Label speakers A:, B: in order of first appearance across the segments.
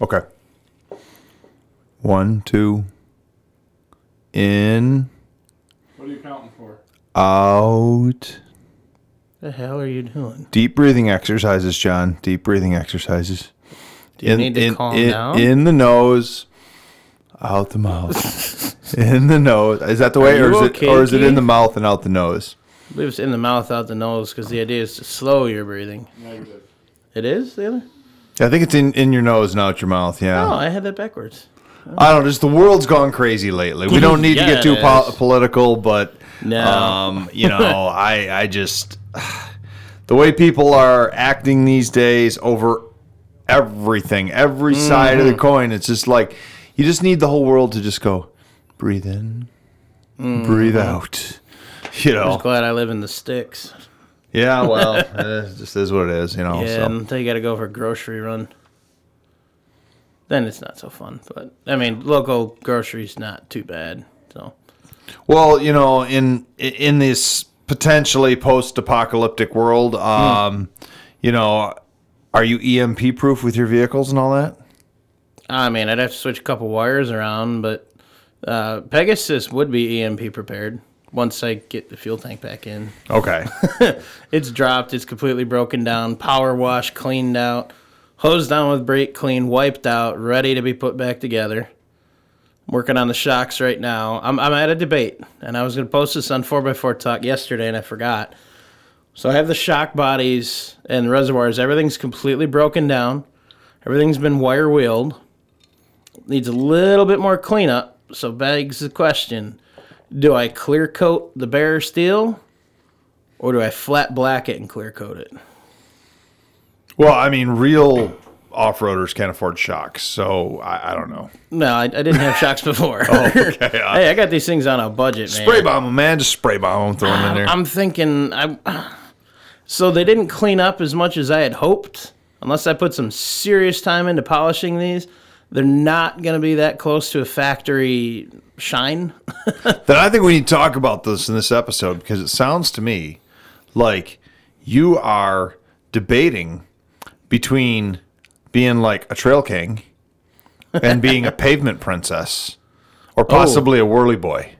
A: Okay. One, two. In,
B: What are you counting for?
A: out.
C: The hell are you doing?
A: Deep breathing exercises, John. Deep breathing exercises.
C: Do you need to calm
A: in,
C: down?
A: In the nose, out the mouth. in the nose. Is that the way,
C: Are
A: or is
C: you
A: it,
C: okay,
A: or is it in
C: Keith?
A: the mouth and out the nose?
C: I believe it's in the mouth, out the nose, because the idea is to slow your breathing.
B: Negative.
C: It is the other.
A: I think it's in, in your nose and out your mouth. Yeah.
C: Oh, I had that backwards.
A: I don't know. Just the world's gone crazy lately. We don't need to get too po-
C: Yes.
A: political, but
C: No.
A: um, you know, I I just the way people are acting these days over everything, every
C: Mm-hmm.
A: side of the coin. It's just like you just need the whole world to just go breathe in, breathe out. You
C: I'm Mm-hmm. just
A: know,
C: glad I live in the sticks.
A: yeah. Well, it just is what it is. You know.
C: Yeah,
A: so.
C: and they got to go for a grocery run. Then it's not so fun. But I mean, local groceries not too bad. So
A: Well, you know, in in this potentially post-apocalyptic world,
C: Hmm.
A: um, you know, are you EMP proof with your vehicles and all that?
C: I mean, I'd have to switch a couple wires around, but uh, Pegasus would be EMP prepared once I get the fuel tank back in.
A: Okay.
C: It's dropped. It's completely broken down. Power wash, cleaned out, hosed down with brake clean, wiped out, ready to be put back together. Working on the shocks right now. I'm, I'm at a debate, and I was going to post this on 4x4 Talk yesterday, and I forgot. So I have the shock bodies and reservoirs. Everything's completely broken down. Everything's been wire wheeled. Needs a little bit more cleanup. So begs the question: Do I clear coat the bare steel or do I flat black it and clear coat it?
A: well, I mean, real off-roaders can't afford shocks, so I, I don't know.
C: No, I, I didn't have shocks before.
A: uh,
C: hey, I got these things on a budget, man.
A: Spray bomb 'em, man. Just spray bomb 'em, throw 'em in there.
C: I'm thinking I. So they didn't clean up as much as I had hoped. Unless I put some serious time into polishing these, they're not going to be that close to a factory shine.
A: then I think we need to talk about this in this episode because it sounds to me like you are debating between being like a trail king and being a pavement princess or possibly a whirly boy.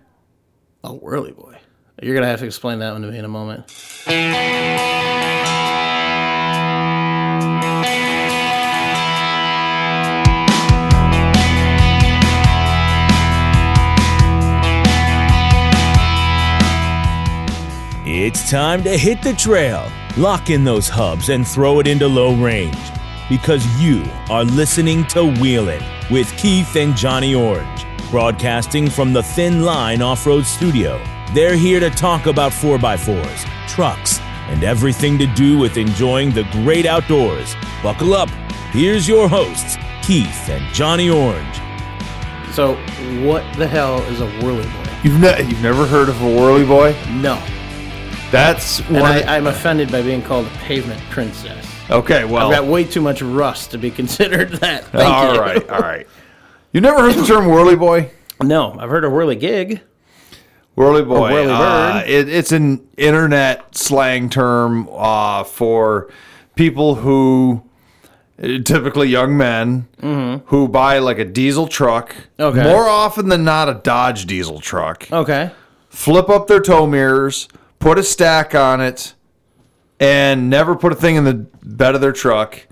C: Oh, whirly boy. You're going to have to explain that one to me in a moment.
D: It's time to hit the trail. Lock in those hubs and throw it into low range because you are listening to Wheel It with Keith and Johnny Orange, broadcasting from the Thin Line Off Road Studio. They're here to talk about 4x4s, trucks, and everything to do with enjoying the great outdoors. Buckle up. Here's your hosts, Keith and Johnny Orange.
C: So, what the hell is a whirly boy?
A: You've, ne- you've never heard of a whirly boy?
C: No.
A: That's one.
C: And
A: of the-
C: I, I'm offended by being called a pavement princess.
A: okay, well,
C: I've got way too much rust to be considered that. Thank
A: all
C: you.
A: right, all right. You never heard the term whirly boy?
C: No, I've heard of whirly gig.
A: Whirly boy.
C: whirly bird.
A: uh, it, it's an internet slang term uh, for people who, uh, typically young men, who buy like a diesel truck.
C: Mm-hmm. Okay.
A: More often than not, a Dodge diesel truck.
C: Okay.
A: Flip up their tow mirrors, put a stack on it, and never put a thing in the bed of their truck.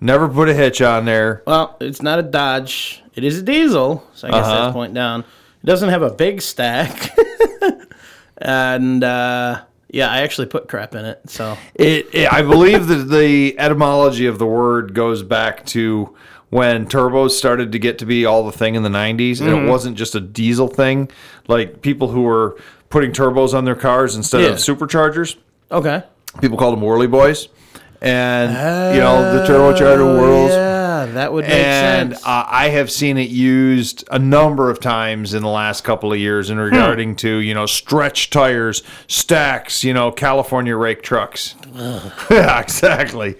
A: Never put a hitch on there.
C: Well, it's not a Dodge. It is a diesel, so I guess that's point down. It doesn't have a big stack. and uh, yeah, I actually put crap in it. So
A: It, it- I believe that the etymology of the word goes back to when turbos started to get to be all the thing in the 90s, and it wasn't just a diesel thing. Like people who were putting turbos on their cars instead
C: Yeah.
A: of superchargers,
C: okay.
A: people called them whirly boys. And, you know, the turbocharger whirls.
C: Oh, Yeah, that would make
A: And uh,
C: sense.
A: I have seen it used a number of times in the last couple of years
C: Hmm.
A: in regarding to, you know, stretch tires, stacks, you know, California rake trucks. yeah, exactly.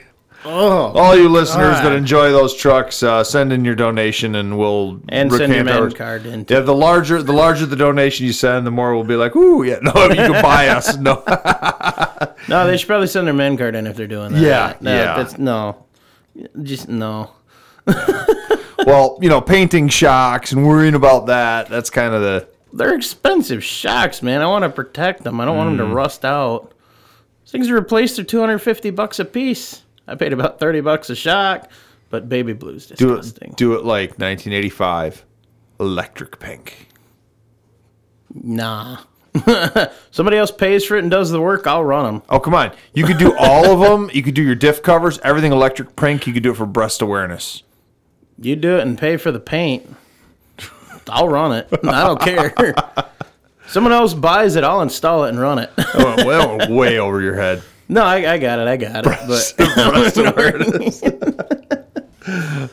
C: oh,
A: All you listeners that
C: right.
A: enjoy those trucks, uh, send in your donation and we'll
C: and send your
A: recant
C: man
A: ours.
C: card in.
A: Yeah, the larger the larger the donation you send, the more we'll be like, ooh, yeah, no, you can buy us. No,
C: No, they should probably send their man card in if they're doing that.
A: Yeah,
C: no,
A: yeah.
C: That's, no, just no.
A: well, you know, painting shocks and worrying about that. That's kind of the
C: They're expensive shocks, man. I want to protect them. I don't want
A: Hmm.
C: them to rust out. These things are replaced for 250 bucks a piece. I paid about 30 bucks a shock, but baby blue's
A: do
C: disgusting.
A: it, do it like 1985 electric pink.
C: Nah. Somebody else pays for it and does the work. I'll run them.
A: Oh, come on. You could do all of them. You could do your diff covers, everything electric pink. You could do it for breast awareness.
C: You do it and pay for the paint. I'll run it. I don't care. Someone else buys it. I'll install it and run it.
A: That went, that went way over your head.
C: no, I, I got it. I got it. But
A: Breast awareness.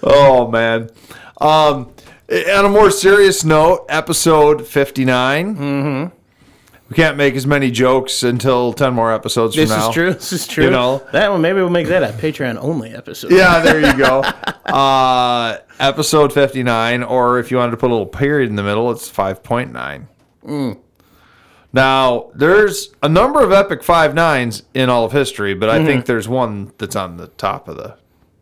A: oh, man. Um, on a more serious note, episode 59. Mm-hmm. We can't make as many jokes until 10 more episodes
C: this
A: from now.
C: is true. This is true.
A: You know.
C: that one. Maybe we'll make that a Patreon only episode.
A: Yeah, there you go. uh, episode 59, or if you wanted to put a little period in the middle, it's 5.9.
C: Mm.
A: Now, there's a number of epic five nines in all of history, but I
C: Mm-hmm.
A: think there's one that's on the top of the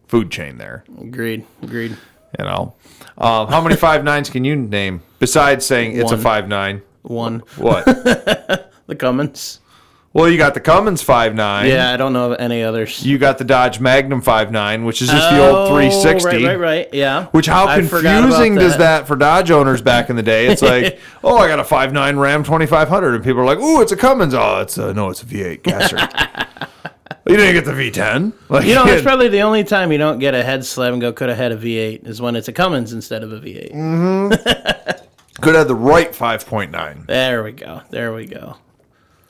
A: food chain there.
C: Agreed. Agreed.
A: You know, um, how many five nines can you name besides saying it's
C: One.
A: a five nine?
C: One.
A: What?
C: The Cummins.
A: well, you got the Cummins five nine.
C: Yeah, I don't know of any others.
A: You got the Dodge Magnum five nine, which is just the old
C: Oh,
A: three sixty.
C: Right, right, right. Yeah.
A: Which how
C: I forgot about
A: confusing does that for Dodge owners back in the day? It's like, oh, I got a 5.9 Ram 2500, and people are like, ooh, it's a Cummins. Oh, it's a no, it's a V8 gasser. you didn't get the V10. Like,
C: You know, it's probably the only time you don't get a head slam and go could have had a V8 is when it's a Cummins instead of a V8.
A: Mm. could have the right 5.9.
C: There we go. There we go.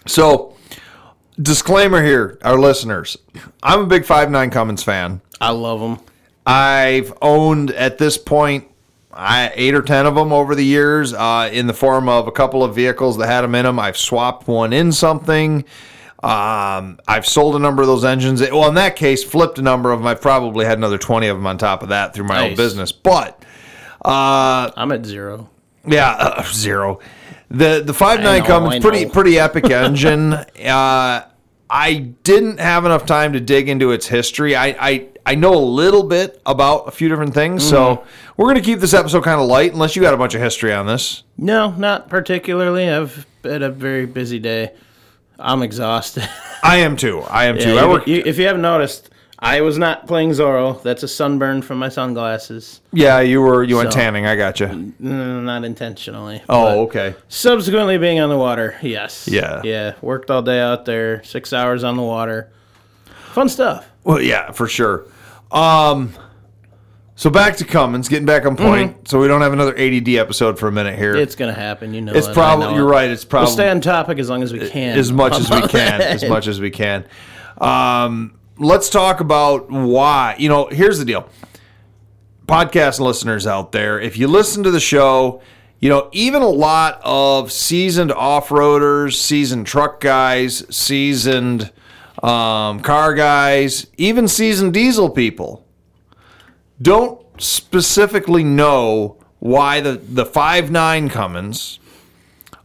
A: So, disclaimer here, our listeners, I'm a big 5.9 Cummins fan.
C: I love them.
A: I've owned at this point I, eight or ten of them over the years uh, in the form of a couple of vehicles that had them in them. I've swapped one in something. Um, I've sold a number of those engines. Well, in that case, flipped a number of them. I've probably had another 20 of them on top of that through my own
C: Nice.
A: business. But
C: I'm at zero.
A: yeah, uh, zero. The the five
C: I
A: nine
C: know, I
A: Cummins pretty
C: know.
A: pretty epic engine. uh, I didn't have enough time to dig into its history. I I, I know a little bit about a few different things, so
C: Mm-hmm.
A: we're gonna keep this episode kind of light, unless you got a bunch of history on this.
C: No, not particularly. I've had a very busy day. I'm exhausted.
A: I am too. I am too.
C: Yeah,
A: I
C: you-
A: work.
C: you- if you haven't noticed, I was not playing Zorro. That's a sunburn from my sunglasses.
A: yeah, you were you went
C: So-
A: tanning. I got you.
C: Mm, Not intentionally.
A: Oh,
C: but
A: okay.
C: Subsequently being on the water, yes.
A: Yeah.
C: Yeah. Worked all day out there, six hours on the water. Fun stuff.
A: Well, yeah, for sure. Um, so back to Cummins, getting back on point. So we don't have another ADD episode for a minute here.
C: Mm-hmm. It's going to happen. You know
A: It's
C: it, I
A: probably
C: know
A: you're
C: it.
A: right. It's
C: We'll
A: probably
C: stay on topic as long as we can.
A: as much as we can as much as we can um, let's talk about why you know here's the deal podcast listeners out there if you listen to the show you know even a lot of seasoned off-roaders seasoned truck guys seasoned um, car guys even seasoned diesel people don't specifically know why the the five nine Cummins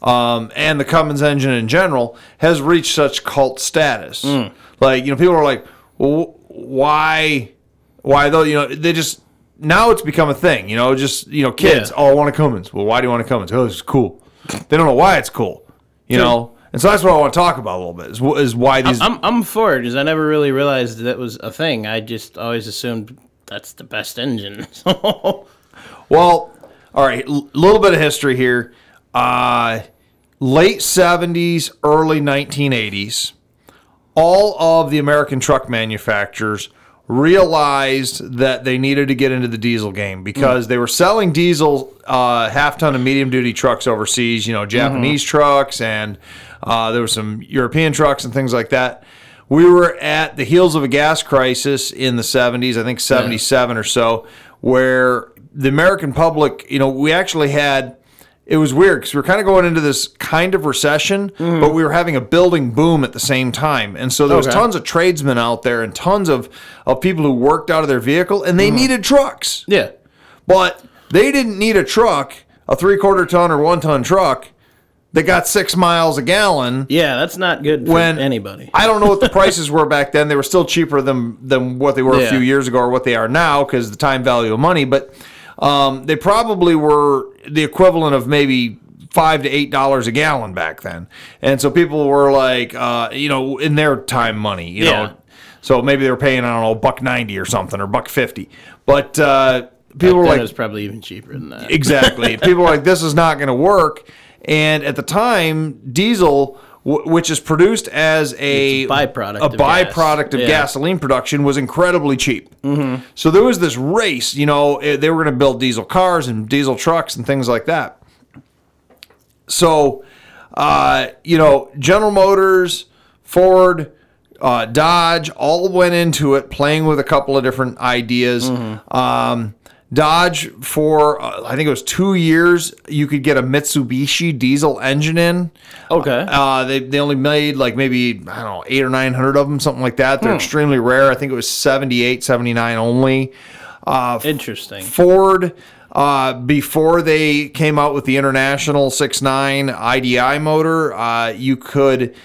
A: um, and the Cummins engine in general has reached such cult status. Like you know, people are like, well, wh- why, why though? You know, they just now it's become a thing. You know, just you know, kids.
C: Yeah.
A: Oh, I want a Cummins. Well, why do you want a Cummins? Oh, it's cool. They don't know why it's cool. You know, and so that's what I want to talk about a little bit is, wh- is why these.
C: I'm I'm for it because I never really realized that was a thing. I just always assumed that's the best engine. So
A: Well, all right, a little bit of history here. Uh, late 70s, early 1980s, all of the American truck manufacturers realized that they needed to get into the diesel game because they were selling diesel uh, half ton and medium duty trucks overseas, you know, Japanese trucks, and uh, there were some European trucks and things like that. We were at the heels of a gas crisis in the 70s, I think 77 or so, where the American public, you know, we actually had it was weird because we were kind of going into this kind of recession, but we were having a building boom at the same time, and so there was
C: Okay.
A: tons of tradesmen out there and tons of of people who worked out of their vehicle, and they needed trucks,
C: yeah,
A: but they didn't need a truck, a three quarter ton or one ton truck that got six miles a gallon.
C: yeah, that's not good for
A: When-
C: anybody.
A: I don't know what the prices were back then. They were still cheaper than than what they were a
C: Yeah.
A: few years ago or what they are now because the time value of money. But Um, they probably were the equivalent of maybe five to eight dollars a gallon back then, and so people were like, uh, you know, in their time money, you
C: Yeah.
A: know, so maybe they were paying I don't know buck ninety or something or buck fifty, but uh, people were
C: Then
A: like,
C: it was probably even cheaper than that.
A: Exactly. People are like, this is not going to work. And at the time, diesel, w- which is produced as a,
C: It's a byproduct
A: a
C: of
A: byproduct
C: gas.
A: of
C: Yeah.
A: gasoline production, was incredibly cheap. Mm-hmm. So there was this race. You know, eh, they were going to build diesel cars and diesel trucks and things like that. So, uh, you know, General Motors, Ford, uh, Dodge all went into it playing with a couple of different ideas. Um, Dodge, for uh, I think it was two years, you could get a Mitsubishi diesel engine in.
C: Okay.
A: Uh, they, they only made like maybe, I don't know, eight or 900 of them, something like that. They're extremely rare. I think it was 78, 79 only.
C: Interesting.
A: Ford, uh, before they came out with the international 6.9 IDI motor, uh, you could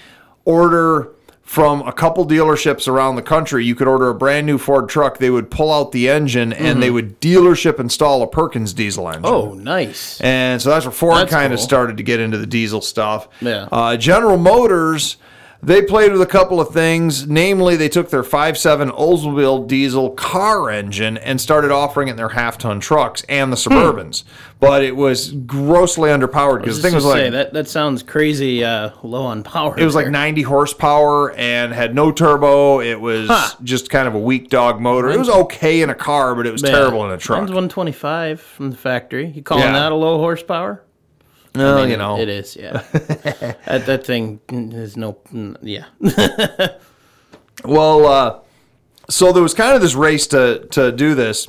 A: order from a couple dealerships around the country. You could order a brand new Ford truck. They would pull out the engine and they would dealership install a Perkins diesel engine.
C: Oh, nice.
A: And so that's where Ford
C: That's
A: kind of
C: cool.
A: started to get into the diesel stuff.
C: Yeah.
A: Uh, General Motors, they played with a couple of things. Namely, they took their 5.7 Oldsmobile diesel car engine and started offering it in their half ton trucks and the
C: Hmm.
A: Suburbans. But it was grossly underpowered because the thing
C: Just
A: was like.
C: to say, that that sounds crazy uh, low on power.
A: It was like
C: there.
A: 90 horsepower and had no turbo. It was
C: Huh.
A: just kind of a weak dog motor. It was okay in a car, but it was
C: Yeah.
A: terrible in a
C: Mine's
A: truck.
C: 125 from the factory. You calling
A: Yeah. Oh.
C: that a low horsepower?
A: No,
C: I mean,
A: you know,
C: it is. Yeah, that, that thing is no. mm, Yeah,
A: Well, uh, so there was kind of this race to to do this,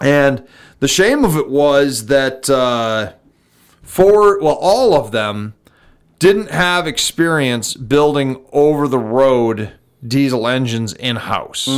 A: and the shame of it was that uh, for well, all of them didn't have experience building over the road diesel engines in house.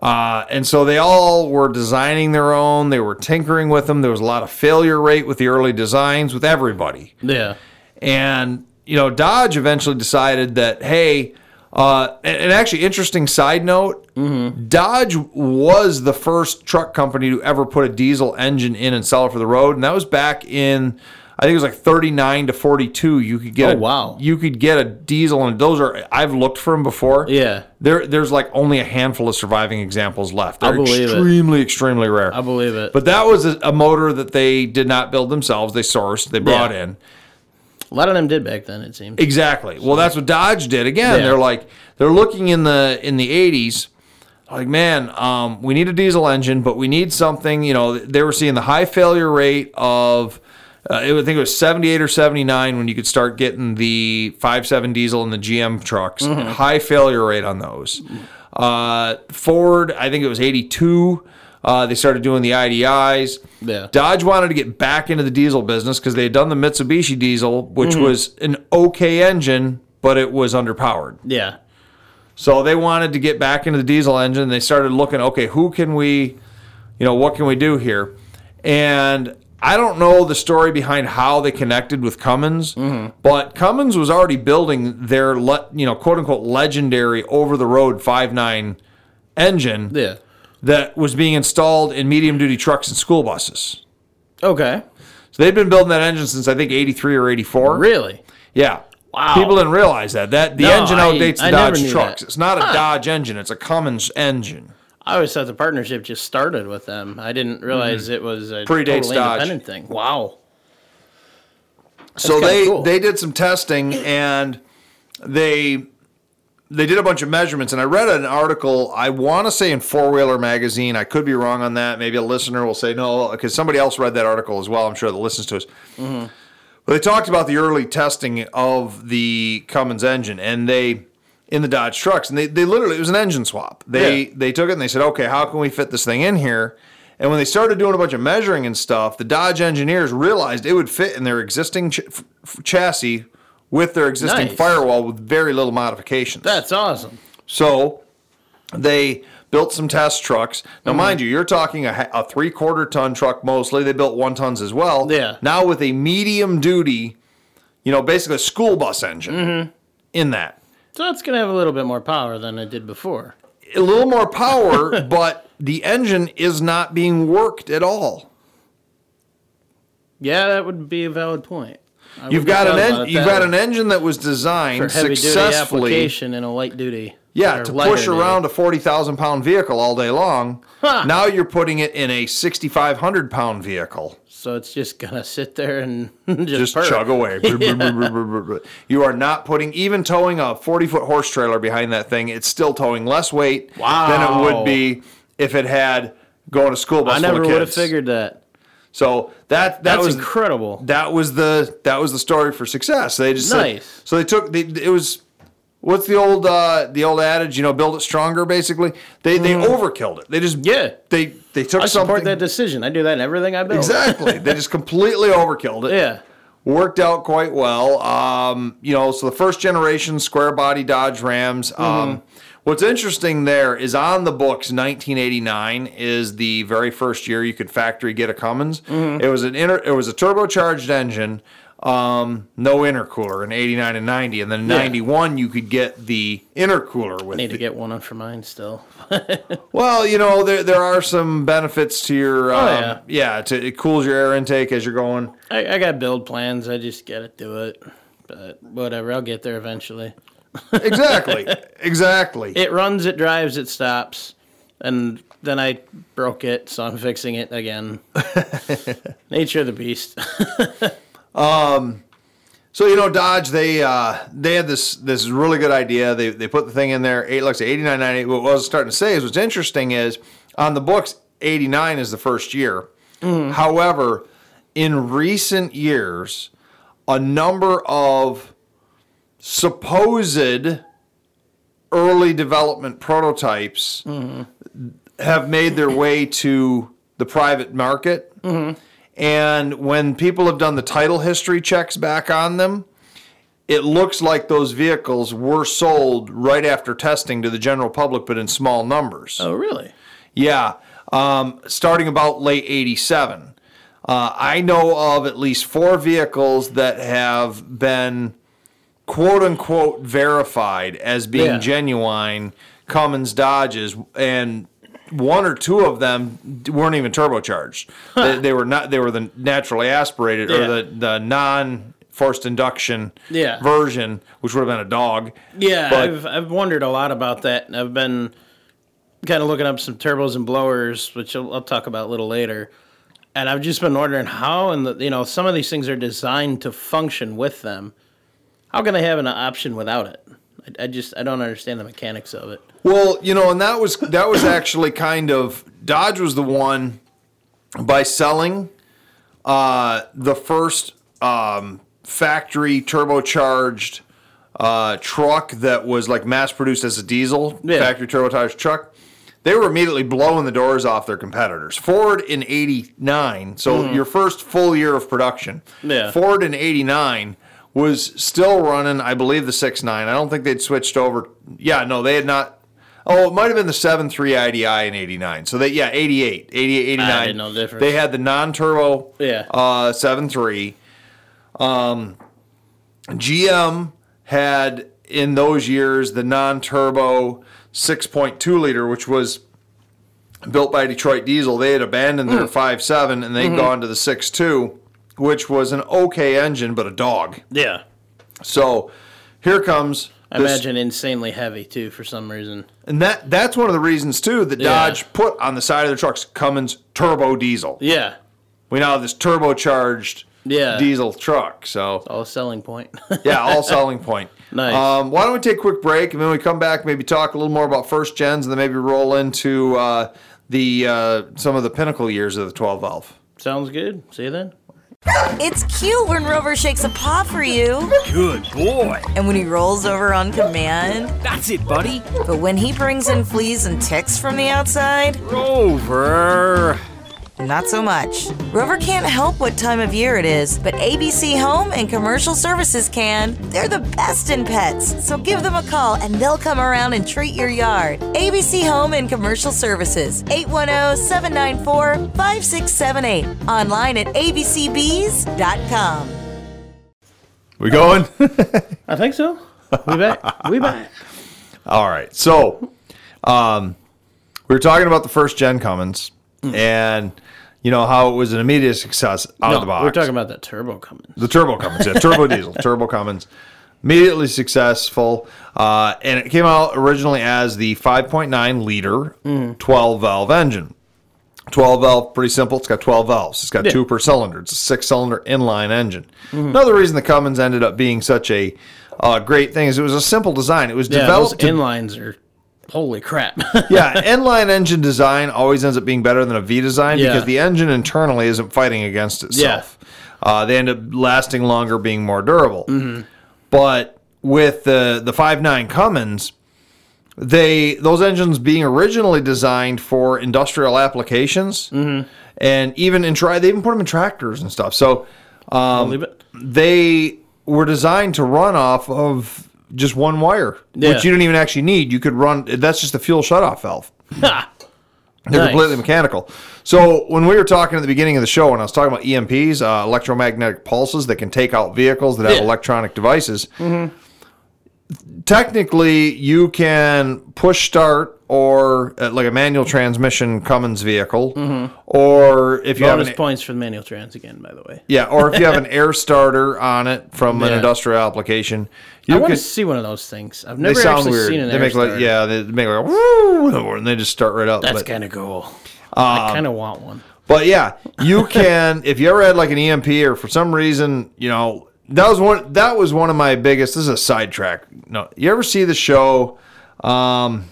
A: Uh, and so they all were designing their own. They were tinkering with them. There was a lot of failure rate with the early designs with everybody.
C: yeah.
A: And, you know, Dodge eventually decided that, hey, uh, and, and actually, interesting side note
C: Mm-hmm.
A: Dodge was the first truck company to ever put a diesel engine in and sell it for the road. And that was back in. I think it was like 39 to 42. You could get
C: Oh,
A: a,
C: wow.
A: you could get a diesel and those are I've looked for them before.
C: Yeah.
A: There there's like only a handful of surviving examples left. They're
C: believe it.
A: extremely extremely rare.
C: I believe it.
A: but that was a, a motor that they did not build themselves. They sourced, they brought
C: Yeah.
A: in.
C: a lot of them did back then. It seems.
A: Exactly. Well, that's what Dodge did again.
C: Yeah.
A: They're like they're looking in the in the eighties. Like man, um, we need a diesel engine, but we need something. You know, they were seeing the high failure rate of. Uh, it, was- I think it was seventy eight or seventy nine when you could start getting the five seven diesel and the GM trucks. High failure rate on those. Uh, Ford, I think it was eighty two. Uh, they started doing the IDIs.
C: Yeah.
A: Dodge wanted to get back into the diesel business because they had done the Mitsubishi diesel, which was an okay engine, but it was underpowered.
C: yeah.
A: So they wanted to get back into the diesel engine. They started looking, okay, who can we, you know, what can we do here? And I don't know the story behind how they connected with Cummins,
C: Mm-hmm.
A: but Cummins was already building their, le- you know, quote unquote legendary over the road 5.9 engine
C: Yeah.
A: that was being installed in medium duty trucks and school buses.
C: Okay.
A: So they've been building that engine since I think '83 or '84.
C: Really?
A: Yeah.
C: Wow.
A: People didn't realize that that the
C: No,
A: engine
C: I-
A: outdates the
C: I never
A: Dodge
C: knew
A: trucks.
C: that.
A: It's not a Dodge engine; it's a Cummins engine.
C: I always thought the partnership just started with them. I didn't realize it was a
A: Predates
C: totally
A: Mm-hmm. Dodge.
C: independent thing. Wow.
A: so
C: kinda
A: they
C: cool.
A: they did some testing and they they did a bunch of measurements and i read an article i want to say in four wheeler magazine i could be wrong on that maybe a listener will say no because somebody else read that article as well i'm sure that listens to us
C: Mm-hmm.
A: but they talked about the early testing of the cummins engine and they in the dodge trucks and they, they literally it was an engine swap they
C: Yeah.
A: they took it and they said okay how can we fit this thing in here and when they started doing a bunch of measuring and stuff, the Dodge engineers realized it would fit in their existing ch- f- f- chassis with their existing
C: Nice.
A: firewall with very little modifications.
C: That's awesome.
A: so they built some test trucks. Now,
C: Mm-hmm.
A: mind you, you're talking a, ha- a three quarter ton truck mostly. They built one tons as well.
C: Yeah.
A: Now, with a medium duty, you know, basically a school bus engine
C: Mm-hmm.
A: in that.
C: So it's gonna have a little bit more power than it did before.
A: A little more power, but the engine is not being worked at all.
C: Yeah, that would be a valid point. I
A: You've
C: wouldn't
A: got
C: have
A: an
C: thought
A: en-
C: about it
A: you've
C: that
A: got
C: way.
A: an engine that was
C: for
A: designed
C: heavy duty
A: successfully.
C: application and a light duty.
A: Yeah,
C: or
A: to
C: lighter
A: push
C: duty.
A: around a 40,000 pound vehicle all day long.
C: Huh.
A: Now you're putting it in a 6,500 pound vehicle.
C: So it's just gonna sit there and
A: Just
C: just, purr.
A: chug away. You are not putting, even towing a 40 foot horse trailer behind that thing, it's still towing less weight
C: Wow.
A: than it would be if it had going to school bus.
C: I
A: full
C: never
A: of
C: would have
A: kids.
C: figured that.
A: So that, that
C: That's
A: was
C: incredible.
A: that was the that was the story for success. They just said-
C: Nice.
A: so they took they, it was what's the old uh, the old adage you know build it stronger basically. They they overkilled it. They just
C: Mm. Yeah.
A: they they took
C: I support
A: something
C: that decision. I do that in everything I build.
A: exactly. they just completely overkilled it.
C: Yeah.
A: Worked out quite well. Um, you know, so the first generation square body Dodge Rams. Um, what's interesting there is on the books, 1989 is the very first year you could factory get a Cummins. It was an inter- it was a turbocharged engine, um, no intercooler in 89 and 90, and then in
C: Yeah.
A: 91 you could get the intercooler with
C: Need to
A: the-
C: get one for mine still.
A: well, you know, there there are some benefits to your um,
C: yeah.
A: yeah. to it cools your air intake as you're going.
C: I, I got build plans. I just gotta do it. But whatever, I'll get there eventually.
A: Exactly. exactly.
C: It runs, it drives, it stops, and then I broke it, so I'm fixing it again. Nature of the beast.
A: So you know, Dodge they uh, they had this this really good idea. They they put the thing in there. Eight like I said, 89, 90. What I was starting to say is what's interesting is on the books, eighty nine is the first year. However, in recent years, a number of supposed early development prototypes have made their way to the private market. And when people have done the title history checks back on them, it looks like those vehicles were sold right after testing to the general public, but in small numbers.
C: oh, really?
A: Yeah, um, starting about late '87. Uh, I know of at least four vehicles that have been quote unquote verified as being
C: Yeah.
A: genuine Cummins Dodges, and one or two of them d- weren't even turbocharged. they, they were not. They were the naturally aspirated
C: Yeah.
A: or the the non. Forced induction
C: Yeah.
A: version, which would have been a dog.
C: Yeah,
A: But-
C: I've I've wondered a lot about that, and I've been kind of looking up some turbos and blowers, which I'll, I'll talk about a little later. And I've just been wondering how, and the, you know, some of these things are designed to function with them. How can they have an option without it? I, I just I don't understand the mechanics of it.
A: Well, you know, and that was that was actually kind of Dodge was the one by selling uh, the first um, factory turbocharged uh, truck that was like mass produced as a diesel
C: Yeah.
A: factory turbocharged truck. They were immediately blowing the doors off their competitors. Ford in '89, so your first full year of production.
C: Mm-hmm. Yeah.
A: Ford in '89 was still running, I believe, the 6.9. I don't think they'd switched over. Yeah, no, they had not. Oh, it might have been the 7.3 IDI in 89. So, they, yeah, 88, 88, 89.
C: I didn't know the difference.
A: They had the non turbo
C: Yeah.
A: uh, 7.3. Um, GM had in those years the non turbo 6.2 liter, which was built by Detroit Diesel. They had abandoned
C: Hmm.
A: their 5.7 and
C: Mm-hmm.
A: they'd gone to the 6.2, which was an okay engine, but a dog.
C: Yeah,
A: So here comes.
C: I
A: this-
C: imagine insanely heavy too for some reason.
A: and that that's one of the reasons too that
C: Yeah.
A: Dodge put on the side of their trucks Cummins turbo diesel.
C: Yeah,
A: We now have this turbocharged
C: Yeah.
A: diesel truck. So
C: all selling point.
A: yeah, all selling point.
C: Nice.
A: Um, why don't we take a quick break and then we come back, maybe talk a little more about first gens, and then maybe roll into uh, the uh, some of the pinnacle years of the 12 valve.
C: Sounds good. See you then.
E: It's cute when Rover shakes a paw for you,
F: Good boy.
E: and when he rolls over on command.
F: That's it, buddy.
E: But when he brings in fleas and ticks from the outside,
F: Rover.
E: not so much. Rover can't help what time of year it is, but ABC Home and Commercial Services can. They're the best in pets, so give them a call and they'll come around and treat your yard. ABC Home and Commercial Services, oh, 810 794 5678. Online at abcbees.com.
A: We going?
C: I think so. We back. We back.
A: All right. So, um, we were talking about the first gen Cummins
C: Hmm.
A: and you know how it was an immediate success out of
C: No,
A: the box.
C: we're talking about that turbo coming.
A: the turbo Cummins, yeah, turbo diesel, turbo Cummins, immediately successful, uh, and it came out originally as the 5.9 liter 12 valve engine. 12 valve, pretty simple. It's got 12 valves. It's got
C: Yeah.
A: two per cylinder. It's a six cylinder inline engine. Another reason the Cummins ended up being such a uh, great thing is it was a simple design. It was
C: Yeah, those
A: developed to
C: inlines are holy crap.
A: yeah, inline engine design always ends up being better than a V design
C: Yeah.
A: because the engine internally isn't fighting against itself. Uh, they end up lasting longer, being more durable.
C: Mm-hmm.
A: But with the the five nine Cummins, they those engines being originally designed for industrial applications,
C: Mm-hmm.
A: and even in try they even put them in tractors and stuff. So
C: Believe it.
A: they were designed to run off of just one wire,
C: Yeah.
A: which you didn't even actually need. You could run that's just a fuel shutoff valve.
C: Ha!
A: They're
C: Nice.
A: completely mechanical. So when we were talking at the beginning of the show, and I was talking about EMPs, uh, electromagnetic pulses that can take out vehicles that have
C: Yeah.
A: electronic devices. Technically, you can push start or uh, like a manual transmission Cummins vehicle, or if you
C: Bonus
A: have an,
C: points for the manual trans again, by the way.
A: yeah, or if you have an air starter on it from an
C: Yeah.
A: industrial application, you
C: I want to
A: could-
C: see one of those things. I've
A: They
C: never
A: sound
C: actually
A: weird.
C: seen an
A: They
C: air
A: make like
C: starter.
A: yeah, they make like woo, and they just start right up.
C: That's
A: but- Um,
C: kind of cool. I kind of want one.
A: But yeah, you can if you ever had like an EMP or for some reason, you know, that was one that was one of my biggest this is a sidetrack. No, you ever see the show um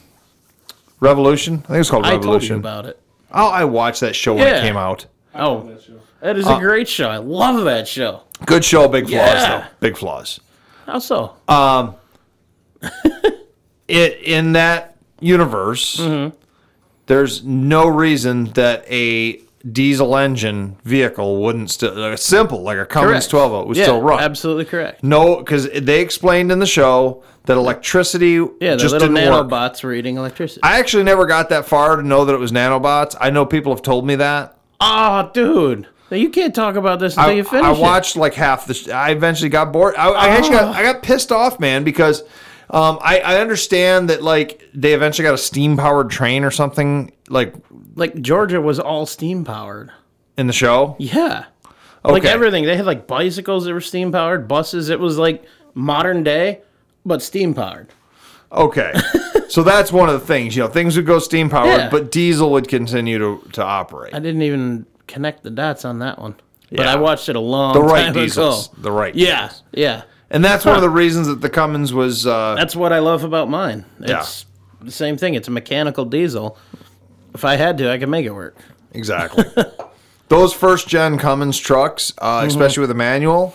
A: Revolution? I think it's called
C: I told you
A: Revolution.
C: about it.
A: oh, I watched that show when it
C: Yeah.
A: came out.
C: Oh, that
A: Uh,
C: is a great show. I love that show.
A: Good show, big flaws
C: Yeah.
A: though. Big flaws.
C: How so?
A: It in that universe,
C: Mm-hmm.
A: there's no reason that a diesel engine vehicle wouldn't still like a simple like a Cummins
C: Correct.
A: 12 would
C: yeah,
A: still run.
C: Absolutely correct.
A: No, because they explained in the show that electricity
C: Yeah, the
A: just
C: little
A: didn't
C: nanobots
A: work.
C: were eating electricity.
A: I actually never got that far to know that it was nanobots. I know people have told me that.
C: oh, dude. Now, You can't talk about this until
A: I,
C: you finish.
A: I
C: it. Oh.
A: watched like half the. Sh- I eventually got bored. I, I actually got I got pissed off, man, because um, I, I understand that like they eventually got a steam powered train or something like
C: Like, Georgia was all steam powered.
A: in the show.
C: Yeah. Like
A: Okay.
C: everything. They had like bicycles that were steam powered, buses. It was like modern day, but steam powered.
A: Okay, so that's one of the things. You know, things would go steam powered,
C: Yeah.
A: but diesel would continue to to operate.
C: I didn't even connect the dots on that one. But
A: Yeah.
C: I watched it a long
A: The
C: time
A: right
C: ago.
A: diesels. The right.
C: Yeah. Yeah.
A: And that's one of the reasons that the Cummins was. Uh,
C: That's what I love about mine. It's the same thing. It's a mechanical diesel. If I had to, I could make it work.
A: Exactly. Those first gen Cummins trucks, uh,
C: Mm-hmm.
A: especially with a manual,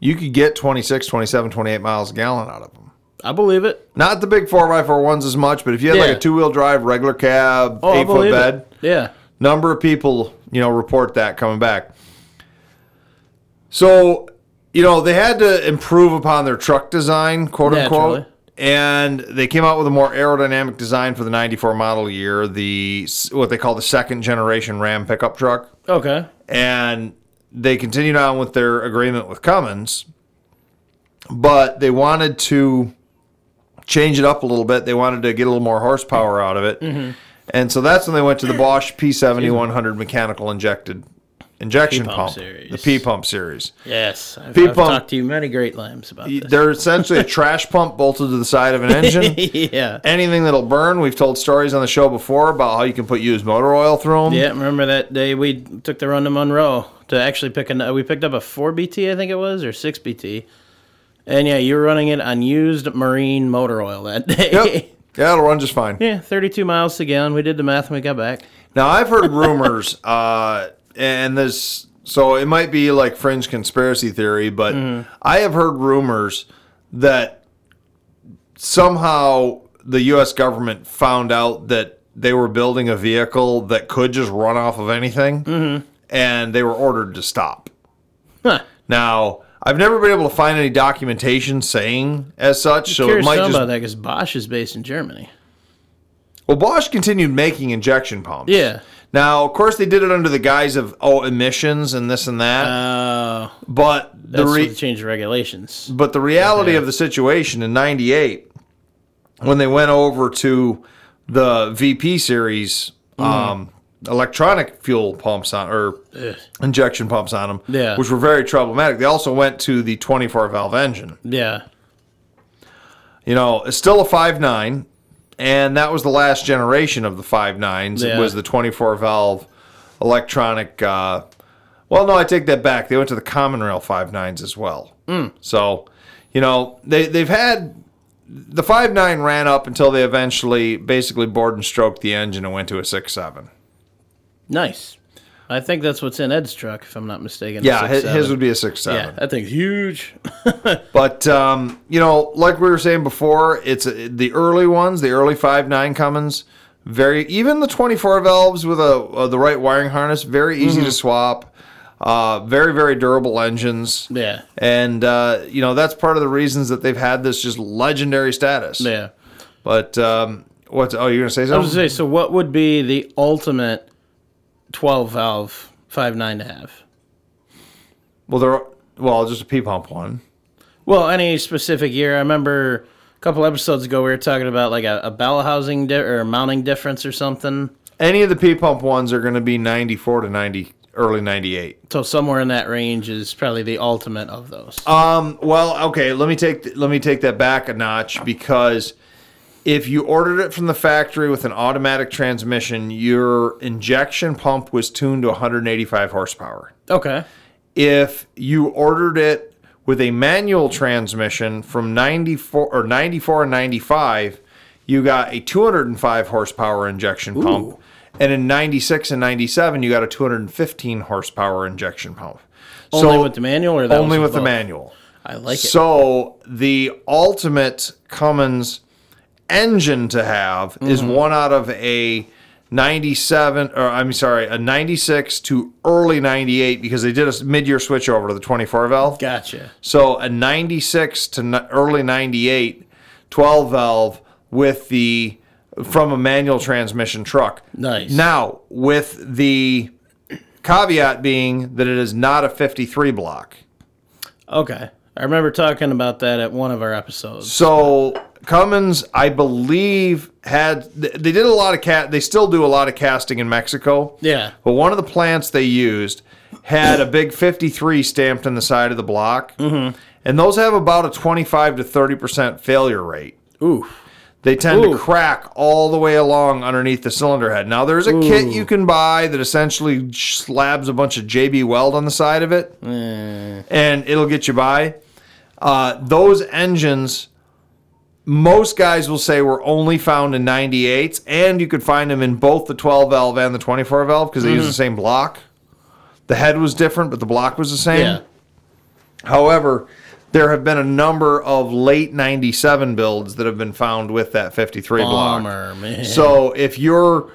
A: you could get 26, 27, 28 miles a gallon out of them.
C: I believe it.
A: Not the big 4x4 ones as much, but if you had like
C: Yeah.
A: a two wheel drive, regular cab,
C: Oh, I
A: eight foot
C: believe
A: bed,
C: it. Yeah.
A: number of people, you know, report that coming back. So, you know, they had to improve upon their truck design, quote
C: Naturally.
A: unquote. And they came out with a more aerodynamic design for the 94 model year, the s- what they call the second generation Ram pickup truck
C: Okay.
A: and they continued on with their agreement with Cummins, but they wanted to change it up a little bit. They wanted to get a little more horsepower out of it,
C: Mm-hmm.
A: and so that's when they went to the Bosch P seventy one hundred mechanical injected injection
C: P-pump
A: pump,
C: series.
A: the P pump series.
C: Yes. I've, I've
A: People-
C: talked to you many great limes about this.
A: They're essentially a trash pump bolted to the side of an engine.
C: yeah.
A: Anything that'll burn. We've told stories on the show before about how you can put used motor oil through them.
C: Yeah, remember that day we took the run to Monroe to actually pick an. We picked up a four BT, I think it was, or six BT, and yeah, you were running it on used marine motor oil that day.
A: Yep. Yeah, it'll run just fine.
C: yeah, thirty-two miles to gallon. We did the math when we got back.
A: Now I've heard rumors, uh, and this so it might be like fringe conspiracy theory, but
C: Mm-hmm.
A: I have heard rumors that somehow the U.S. government found out that they were building a vehicle that could just run off of anything,
C: Mm-hmm.
A: and they were ordered to stop.
C: Huh.
A: Now I've never been able to find any documentation saying as such, so it
C: Curious to
A: might
C: know
A: just
C: about that because Bosch is based in Germany.
A: well Bosch continued making injection pumps.
C: Yeah.
A: Now, of course, they did it under the guise of oh emissions and this and that,
C: Uh,
A: but the
C: that's the
A: re-
C: change of regulations.
A: but the reality of the situation in '98 when they went over to the VP series
C: Mm.
A: um, electronic fuel pumps on or injection pumps on them,
C: Yeah.
A: which were very problematic. They also went to the 24 valve engine.
C: Yeah.
A: You know, it's still a five nine, and that was the last generation of the five nines.
C: Yeah.
A: It was the 24 valve electronic. Uh, well, no, I take that back. They went to the common rail five nines as well.
C: Mm.
A: So, you know, they they've had the five nine ran up until they eventually basically bored and stroked the engine and went to a six seven.
C: Nice. I think that's what's in Ed's truck, if I'm not mistaken. a
A: Yeah,
C: six,
A: his, his
C: seven.
A: would be a six seven.
C: Yeah, that thing's huge.
A: But um, you know, like we were saying before, it's uh, the early ones, the early five nine Cummins, very even the twenty four valves with a uh, the right wiring harness, very easy
C: Mm-hmm.
A: to swap. Uh, very very durable engines.
C: Yeah.
A: and uh, you know that's part of the reasons that they've had this just legendary status.
C: Yeah.
A: But um, what's oh you're gonna say
C: I was
A: something?
C: gonna say, so what would be the ultimate twelve valve five nine to have?
A: Well, there. Are, well, just a P pump one.
C: Well, any specific year? I remember a couple episodes ago we were talking about like a, a bell housing di- or mounting difference or something.
A: Any of the P pump ones are gonna be ninety four to ninety early ninety eight.
C: So somewhere in that range is probably the ultimate of those.
A: Um. Well, okay. Let me take th- let me take that back a
C: Oh.
A: notch because if you ordered it from the factory with an automatic transmission, your injection pump was tuned to 185 horsepower.
C: okay.
A: If you ordered it with a manual transmission from 94 or 94 and 95, you got a 205 horsepower injection pump, and in 96 and 97, you got a 215 horsepower injection pump.
C: Only with the manual, or that
A: only
C: was
A: with the
C: both?
A: manual.
C: I like it.
A: So the ultimate Cummins engine to have is
C: Mm-hmm.
A: one out of a 97 or I'm sorry, a 96 to early 98 because they did a s- mid-year switch over to the 24 valve.
C: Gotcha.
A: So a 96 to n- early 98 12 valve with the from a manual transmission truck.
C: Nice.
A: Now, with the caveat being that it is not a 53 block.
C: Okay. I remember talking about that at one of our episodes.
A: So Cummins, I believe, had th- they did a lot of cat. They still do a lot of casting in Mexico.
C: Yeah.
A: But one of the plants they used had a big 53 stamped in the side of the block, mm-hmm. and those have about a 25 to 30 percent failure rate.
C: Ooh.
A: They tend
C: Ooh.
A: to crack all the way along underneath the cylinder head. Now there's a kit you can buy that essentially slabs a bunch of JB Weld on the side of it, and it'll get you by. Uh, those engines, most guys will say, were only found in 98s, and you could find them in both the 12 valve and the 24 valve because they use the same block. The head was different, but the block was the same.
C: Yeah.
A: However, there have been a number of late 97 builds that have been found with that 53 block.
C: Bomber, man.
A: So if you're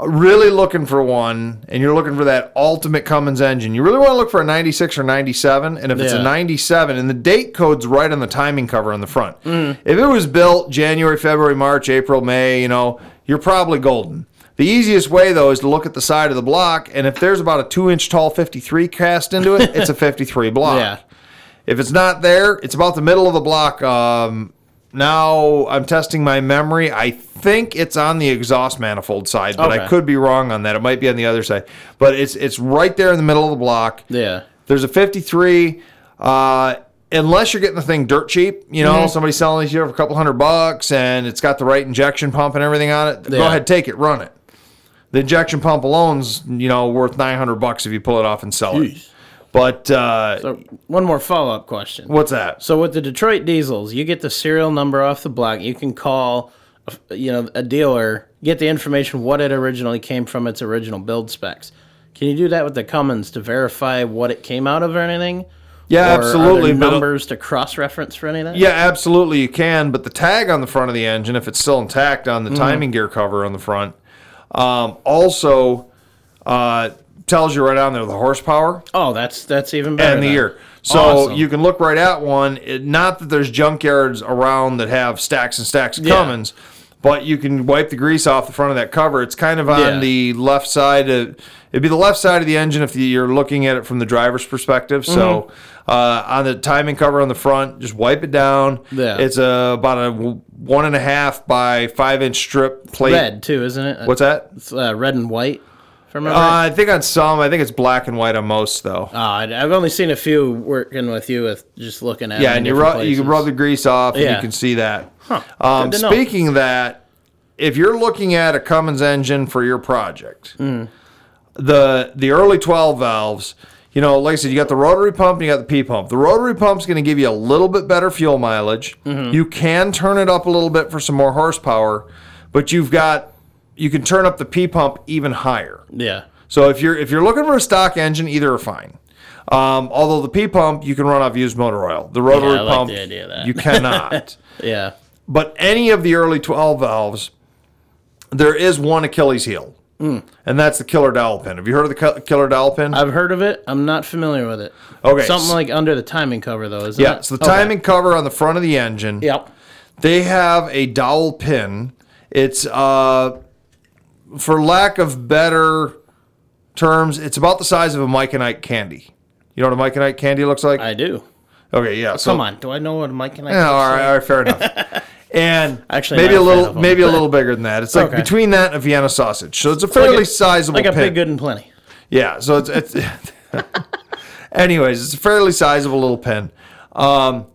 A: really looking for one and you're looking for that ultimate Cummins engine, you really want to look for a 96 or 97. And if it's
C: Yeah.
A: a 97, and the date code's right on the timing cover on the front.
C: Mm.
A: If it was built January, February, March, April, May, you know, you're probably golden. The easiest way, though, is to look at the side of the block. And if there's about a two inch tall 53 cast into it, it's a 53 block.
C: Yeah.
A: If it's not there, it's about the middle of the block. Um, now I'm testing my memory. I think it's on the exhaust manifold side, but
C: Okay.
A: I could be wrong on that. It might be on the other side, but it's it's right there in the middle of the block.
C: Yeah.
A: There's a 53. Uh, unless you're getting the thing dirt cheap, you
C: Mm-hmm.
A: know, somebody's selling it to you for a couple hundred bucks, and it's got the right injection pump and everything on it. Go
C: Yeah.
A: ahead, take it, run it. The injection pump alone's you know worth 900 bucks if you pull it off and sell it. But uh,
C: So one more follow up question.
A: what's that?
C: So with the Detroit diesels, you get the serial number off the block. You can call, you know, a dealer, get the information what it originally came from, its original build specs. Can you do that with the Cummins to verify what it came out of or anything?
A: Yeah,
C: Or are
A: absolutely.
C: there
A: but- uh,
C: numbers to cross reference for any of that?
A: yeah, absolutely, you can. But the tag on the front of the engine, if it's still intact on the
C: Mm-hmm.
A: timing gear cover on the front, um, also uh, tells you right on there the horsepower
C: Oh, that's that's even better.
A: and the
C: then.
A: year. So
C: Awesome.
A: you can look right at one. It, not that there's junkyards around that have stacks and stacks of
C: Yeah.
A: Cummins, but you can wipe the grease off the front of that cover. It's kind of on
C: Yeah.
A: the left side. Of, it'd be the left side of the engine if you're looking at it from the driver's perspective. So
C: Mm-hmm.
A: uh, on the timing cover on the front, just wipe it down.
C: Yeah.
A: It's a, about a w- one and a half by five inch strip plate.
C: Red too, isn't it?
A: What's that?
C: It's uh, red and white. From
A: Uh, I think on some, I think it's black and white on most though.
C: Oh, I- I've only seen a few working with you with just looking at.
A: yeah,
C: them
A: and you
C: different
A: rub, you can
C: places.
A: rub the grease off, and
C: Yeah.
A: you can see that.
C: Huh.
A: Um,
C: Good to know.
A: speaking of that, if you're looking at a Cummins engine for your project,
C: Hmm.
A: the the early 12 valves, you know, like I said, you got the rotary pump and you got the P pump. The rotary pump's going to give you a little bit better fuel mileage.
C: Mm-hmm.
A: You can turn it up a little bit for some more horsepower, but you've got you can turn up the P pump even higher.
C: Yeah.
A: So if you're if you're looking for a stock engine, either are fine. Um, although the P pump you can run off used motor oil. The rotary
C: I like
A: pump
C: the idea of that.
A: you cannot.
C: Yeah.
A: but any of the early 12 valves, there is one Achilles heel, and that's the killer dowel pin. Have you heard of the ki- killer dowel pin?
C: Hmm. I've heard of it. I'm not familiar with it.
A: Okay,
C: Something
A: s-
C: like under the timing cover though, isn't it?
A: yeah. So the
C: Okay.
A: timing cover on the front of the engine.
C: Yep.
A: They have a dowel pin. It's uh, for lack of better terms, it's about the size of a Mike and Ike candy. You know what a Mike and Ike candy looks like?
C: I do.
A: Okay, yeah. So,
C: Come on. Do I know what Mike and I?
A: Yeah, all right, all right, fair enough. And
C: Actually,
A: maybe
C: not
A: a
C: a fan
A: little,
C: of 'em,
A: maybe a
C: but-
A: little bigger than that. It's like
C: Okay.
A: between that and a Vienna sausage. So it's a fairly sizable
C: Like a
A: pin.
C: big good and plenty.
A: Yeah, so it's, it's anyways, it's a fairly sizable little pin. Um,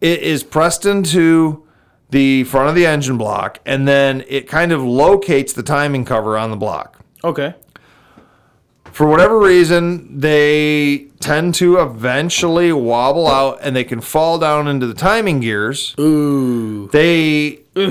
A: it is pressed into the front of the engine block, and then it kind of locates the timing cover on the block.
C: Okay.
A: For whatever reason, they tend to eventually wobble out, and they can fall down into the timing gears.
C: Ooh.
A: They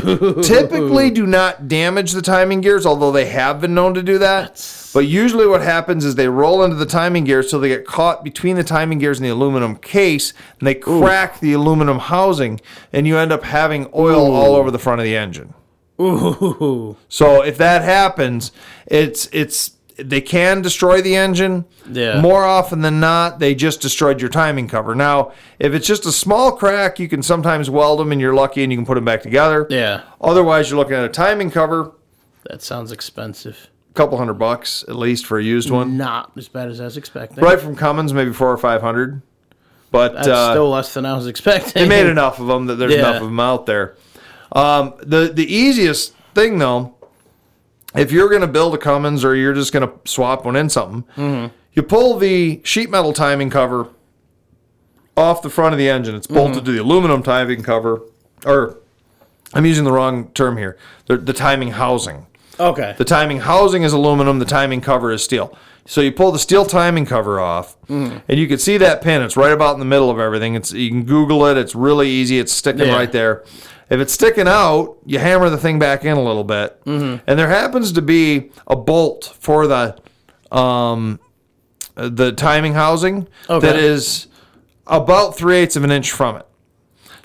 A: typically do not damage the timing gears, although they have been known to do that. But usually, what happens is they roll into the timing gears, so they get caught between the timing gears and the aluminum case, and they crack the aluminum housing, and you end up having oil all over the front of the engine.
C: Ooh.
A: So if that happens, it's it's they can destroy the engine.
C: Yeah.
A: More often than not, they just destroyed your timing cover. Now, if it's just a small crack, you can sometimes weld them, and you're lucky, and you can put them back together.
C: Yeah.
A: Otherwise, you're looking at a timing cover,
C: That sounds expensive.
A: a couple hundred bucks at least for a used one,
C: Not as bad as I was expecting.
A: right from Cummins, maybe four or five hundred. But
C: Mm-hmm. That's
A: uh,
C: still less than I was expecting.
A: they made enough of them that there's
C: Yeah.
A: enough of them out there. Um, the the easiest thing though, if you're going to build a Cummins or you're just going to swap one in something,
C: Mm-hmm.
A: you pull the sheet metal timing cover off the front of the engine. It's
C: Mm-hmm.
A: bolted to the aluminum timing cover, or I'm using the wrong term here. The, the timing housing.
C: Okay.
A: The timing housing is aluminum. The timing cover is steel. So you pull the steel timing cover off,
C: Mm-hmm.
A: and you can see that pin. It's right about in the middle of everything. It's you can Google it. It's really easy. It's sticking
C: Yeah.
A: right there. If it's sticking out, you hammer the thing back in a little bit,
C: Mm-hmm.
A: and there happens to be a bolt for the um, uh, the timing housing that
C: Okay.
A: is about three eighths of an inch from it.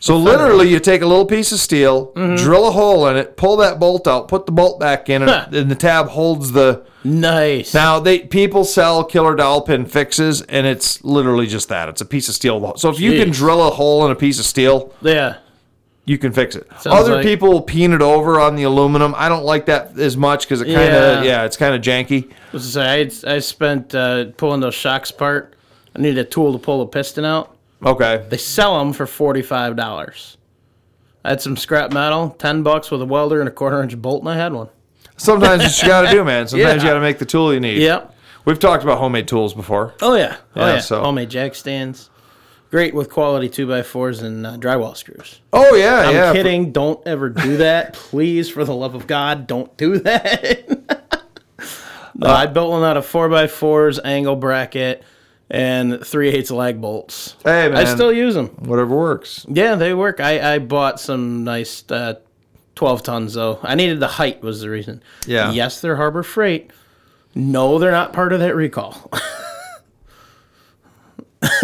A: So literally, you take a little piece of steel,
C: Mm-hmm.
A: drill a hole in it, pull that bolt out, put the bolt back in,
C: Huh.
A: and, and the tab holds the.
C: nice.
A: Now they people sell killer dowel pin fixes, and it's literally just that. It's a piece of steel. So if you can
C: Jeez.
A: drill a hole in a piece of steel,
C: yeah.
A: you can fix it.
C: Sounds
A: Other
C: like-
A: people paint it over on the aluminum. I don't like that as much because it kind
C: Yeah.
A: of yeah, it's kind of janky.
C: I was gonna say, I, I spent uh, pulling those shocks apart. I needed a tool to pull a piston out.
A: Okay.
C: They sell them for forty-five dollars. I had some scrap metal, ten bucks with a welder and a quarter-inch bolt, and I had one.
A: Sometimes it's you got to do, man. Sometimes you
C: Yeah.
A: got to make the tool you need.
C: Yep.
A: We've talked about homemade tools before.
C: Oh yeah. Oh
A: Yeah,
C: yeah.
A: so-
C: Homemade jack stands, great with quality two by fours and uh, drywall screws.
A: Oh yeah,
C: I'm
A: yeah.
C: kidding. Don't ever do that, please. For the love of God, don't do that. no, I built one out of four by fours, angle bracket, and three eighths lag bolts.
A: Hey man,
C: I still use them.
A: whatever works.
C: Yeah, they work. I, I bought some nice uh, 12 tons, though. I needed the height, was the reason.
A: Yeah.
C: Yes, they're Harbor Freight. No, they're not part of that recall.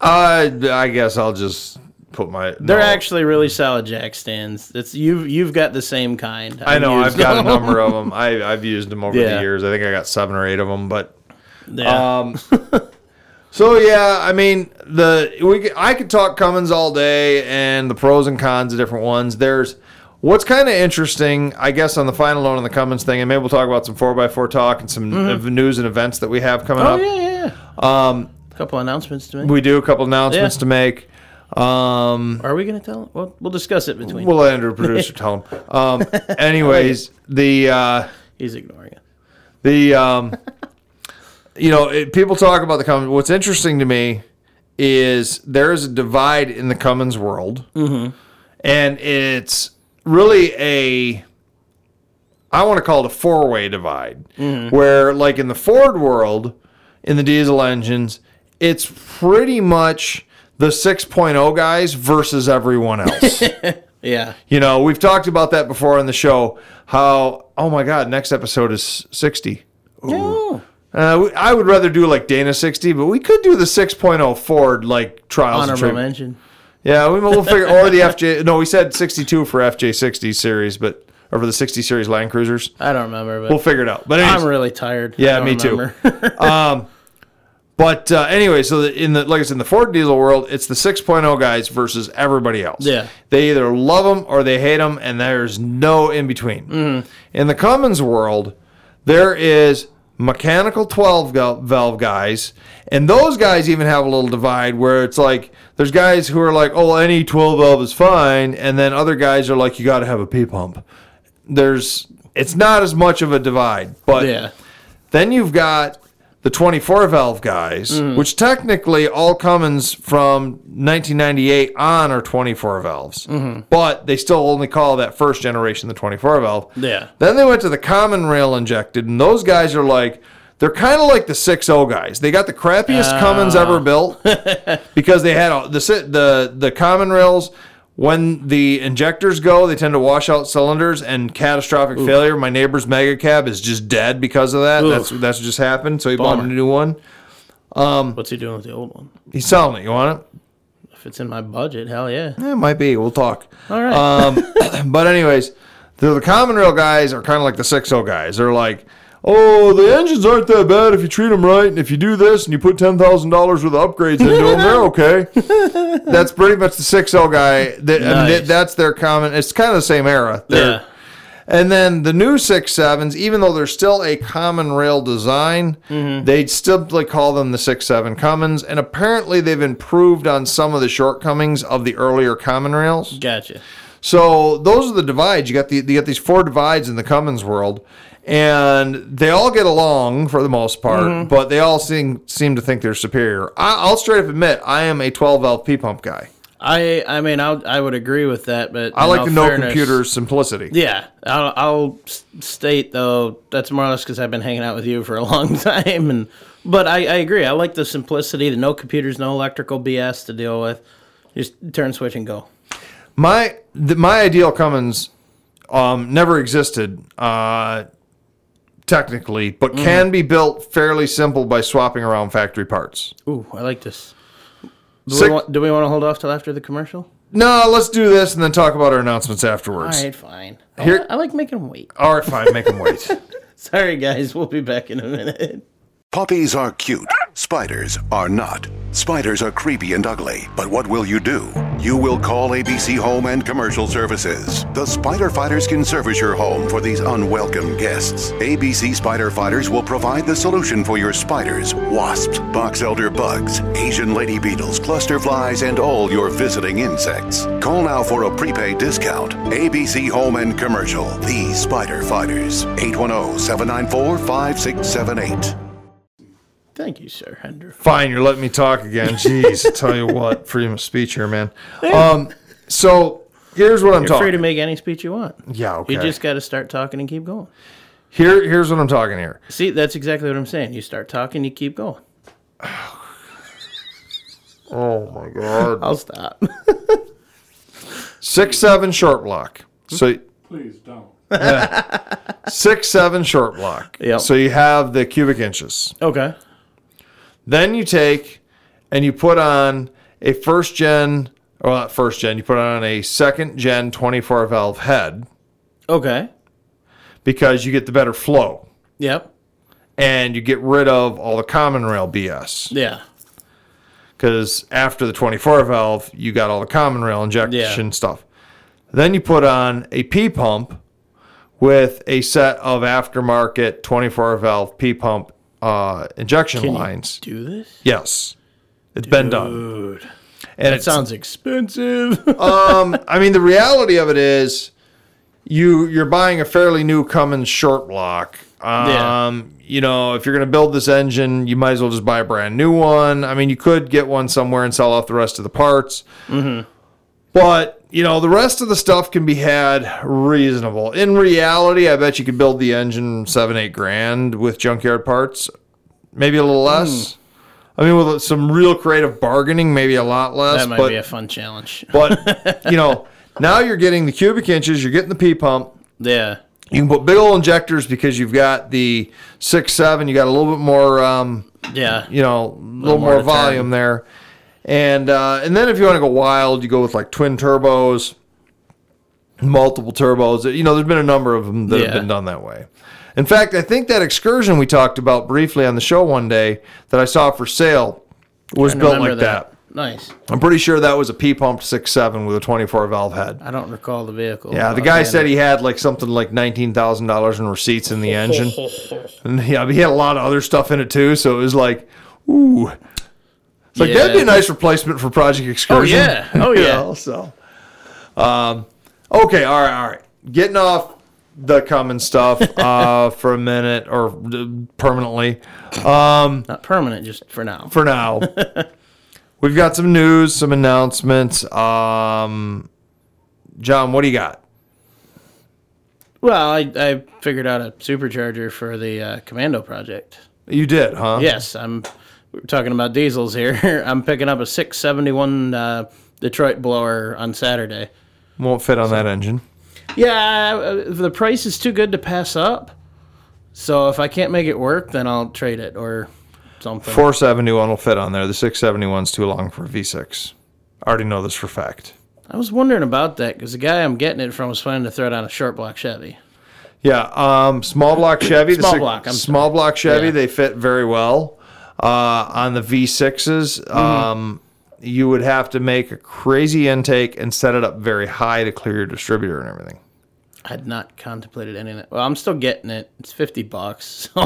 A: I I guess I'll just put my.
C: they're
A: no.
C: actually really solid jack stands. It's you've you've got the same kind.
A: I know I've
C: used
A: got a
C: them.
A: number of them. I I've used them over the
C: Yeah.
A: years. I think I got seven or eight of them. But
C: Yeah.
A: um, so yeah, I mean the we could- I could talk Cummins all day and the pros and cons of different ones. There's What's kind of interesting, I guess, on the final note on the Cummins thing, and maybe we'll talk about some 4x4 talk and some of the news and events that we have coming
C: Mm-hmm. Oh
A: up.
C: yeah, yeah. Um, couple announcements to make.
A: We do a couple announcements
C: Yeah.
A: to make. Um,
C: Are we gonna tell? Well, we'll discuss it between.
A: we'll let Andrew, producer, tell him. Um, anyways, the. Uh,
C: He's ignoring it.
A: The um, you know, it, people talk about the Cummins. What's interesting to me is there is a divide in the Cummins world, and it's really a I want to call it a four way divide, where like in the Ford world, in the diesel engines, it's pretty much the 6.0 guys versus everyone else.
C: Yeah.
A: you know, we've talked about that before on the show. How oh my god, next episode is 60.
C: No.
A: Uh, we, I would rather do like Dana 60, but we could do the 6.0 Ford like trials. and
C: Honorable
A: treatment.
C: mention.
A: Yeah, we, we'll figure or the FJ. No, we said 62 for FJ60 series, but or for the 60 series Land Cruisers.
C: I don't remember, but
A: We'll figure it out. But anyways,
C: I'm really tired. I
A: Yeah,
C: don't
A: me too.
C: remember.
A: but uh, anyway, so the, in the like I said, in the Ford diesel world, it's the 6.0 guys versus everybody else.
C: Yeah.
A: they either love them or they hate them, and there's no in between.
C: Mm-hmm.
A: In the Cummins world, there is mechanical 12 gal- valve guys, and those guys even have a little divide where it's like there's guys who are like, oh, any 12 valve is fine, and then other guys are like, you got to have a P pump. There's it's not as much of a divide, but
C: yeah.
A: then you've got the 24 valve guys, which technically all Cummins from 1998 on are 24 valves, but they still only call that first generation the 24 valve.
C: Yeah.
A: Then they went to the common rail injected, and those guys are like, they're kind of like the 6.0 guys. They got the crappiest Cummins ever built because they had all, the si- the the common rails. When the injectors go, they tend to wash out cylinders and catastrophic failure. My neighbor's mega cab is just dead because of that. That's that's just happened. So he bought
C: Bummer.
A: a new one.
C: What's he doing with the old one?
A: He's selling it. You want it?
C: If it's in my budget, hell yeah.
A: Yeah, It might be. We'll talk.
C: All right.
A: But anyways, the, the common rail guys are kind of like the 6.0 guys. They're like, oh, the engines aren't that bad if you treat them right, and if you do this and you put ten thousand dollars worth of upgrades into them, they're okay. that's pretty much the 6.0 guy. That, I mean,
C: Nice.
A: that- that's their common. It's kind of the same era. They're-
C: yeah.
A: and then the new six sevens, even though they're still a common rail design,
C: Mm-hmm.
A: they simply call them the six seven Cummins. And apparently, they've improved on some of the shortcomings of the earlier common rails.
C: Gotcha.
A: So those are the divides. You got the you got these four divides in the Cummins world, and they all get along for the most part,
C: Mm-hmm.
A: but they all seem seem to think they're superior. I, I'll straight up admit I am a 12 valve P pump guy.
C: I I mean I'll, I would agree with that, but
A: I
C: in
A: like
C: all
A: the no
C: fairness-
A: computer simplicity.
C: Yeah, I'll, I'll s- state though that's more or less because I've been hanging out with you for a long time, and but I, I agree. I like the simplicity, the no computers, no electrical BS to deal with. Just turn switch and go.
A: My the, my ideal Cummins um, never existed uh, technically, but
C: Mm-hmm.
A: can be built fairly simple by swapping around factory parts.
C: Ooh, I like this. Do
A: Six-
C: we, want, do we want to hold off till after the commercial?
A: No, let's do this and then talk about our announcements
C: All
A: afterwards.
C: right, fine. I
A: Here-
C: li- I like making 'em wait.
A: All right fine. Make them wait.
C: Sorry, guys, we'll be back in a minute.
G: Puppies are cute. Spiders are not. Spiders are creepy and ugly. But what will you do? You will call ABC Home and Commercial Services. The Spider Fighters can service your home for these unwelcome guests. ABC Spider Fighters will provide the solution for your spiders, wasps, box elder bugs, Asian lady beetles, cluster flies, and all your visiting insects. Call now for a prepaid discount. ABC Home and Commercial, the Spider Fighters. 810 794 5678.
C: Thank you, sir Andrew.
A: Fine, you're letting me talk again. Jeez, I tell you what, freedom of speech here, man. Um, so here's what I'm
C: You're free to
A: talking.
C: make any speech you want.
A: Yeah, okay.
C: You just got to start talking and keep going.
A: Here, here's what I'm talking here.
C: See, that's exactly what I'm saying. You start talking, you keep going.
A: Oh my god,
C: I'll stop.
A: six seven short block.
C: Hmm?
A: So
B: Please don't.
A: six seven short block.
C: Yep.
A: So you have the cubic inches.
C: okay.
A: Then you take and you put on a first gen, well not first gen. You put on a second gen 24 valve head
C: Okay.
A: because you get the better flow
C: Yep.
A: and you get rid of all the common rail BS.
C: Yeah.
A: because after the 24 valve, you got all the common rail injection stuff. Then you put on a P pump with a set of aftermarket 24 valve P pump uh, injection lines.
C: Do this?
A: yes, it's been done, and
C: That
A: it's
C: sounds expensive.
A: I mean, the reality of it is, you you're buying a fairly new Cummins short block.
C: Yeah.
A: Um, you know, if you're going to build this engine, you might as well just buy a brand new one. I mean, you could get one somewhere and sell off the rest of the parts.
C: Mm-hmm.
A: But you know, the rest of the stuff can be had reasonable. In reality, I bet you could build the engine seven, eight grand with junkyard parts, maybe a little
C: Hmm.
A: less. I mean, with some real creative bargaining, maybe a lot less.
C: that might
A: but
C: be a fun challenge.
A: but you know, now you're getting the cubic inches, you're getting the P pump.
C: yeah.
A: You can put big old injectors because you've got the six seven. You got a little bit more, um,
C: Yeah.
A: you know, a little more
C: more to turn.
A: volume there. And uh, and then if you want to go wild, you go with like twin turbos, multiple turbos. You know, there's been a number of them that have
C: Yeah.
A: been done that way. In fact, I think that excursion we talked about briefly on the show one day that I saw for sale was built
C: Remember
A: like that.
C: Nice.
A: I'm pretty sure that was a P pump six seven with a 24 valve head.
C: I don't recall the vehicle.
A: Yeah, the guy said he had like something like nineteen thousand dollars in receipts in the engine, and yeah, but he had a lot of other stuff in it too. So it was like, ooh, it's like that'd be a
C: Yeah.
A: nice replacement for Project Excursion.
C: yeah. Oh,
A: You
C: yeah.
A: know, so, um, okay, all right, all right. Getting off the common stuff uh, for a minute or uh, permanently
C: not permanent, just for now.
A: for now. We've got some news, some announcements. Um, John, what do you got?
C: Well, I, I figured out a supercharger for the uh, Commando project.
A: You did, huh?
C: Yes, I'm. We're talking about diesels here. I'm picking up a 671 uh, Detroit blower on Saturday.
A: Won't fit on that engine.
C: Yeah, uh, the price is too good to pass up. So if I can't make it work, then I'll trade it or something.
A: 471 will fit on there. The 671's too long for a V6. I already know this for fact.
C: I was wondering about that because the guy I'm getting it from was planning to throw it on a short block Chevy.
A: Yeah, um, small block Chevy. the
C: Small
A: six-
C: block, I'm
A: small block Chevy.
C: Yeah.
A: They fit very well uh, on the V6s.
C: Mm-hmm.
A: Um, you would have to make a crazy intake and set it up very high to clear your distributor and everything.
C: I had not contemplated any of that. Well, I'm still getting it. It's 50 bucks. So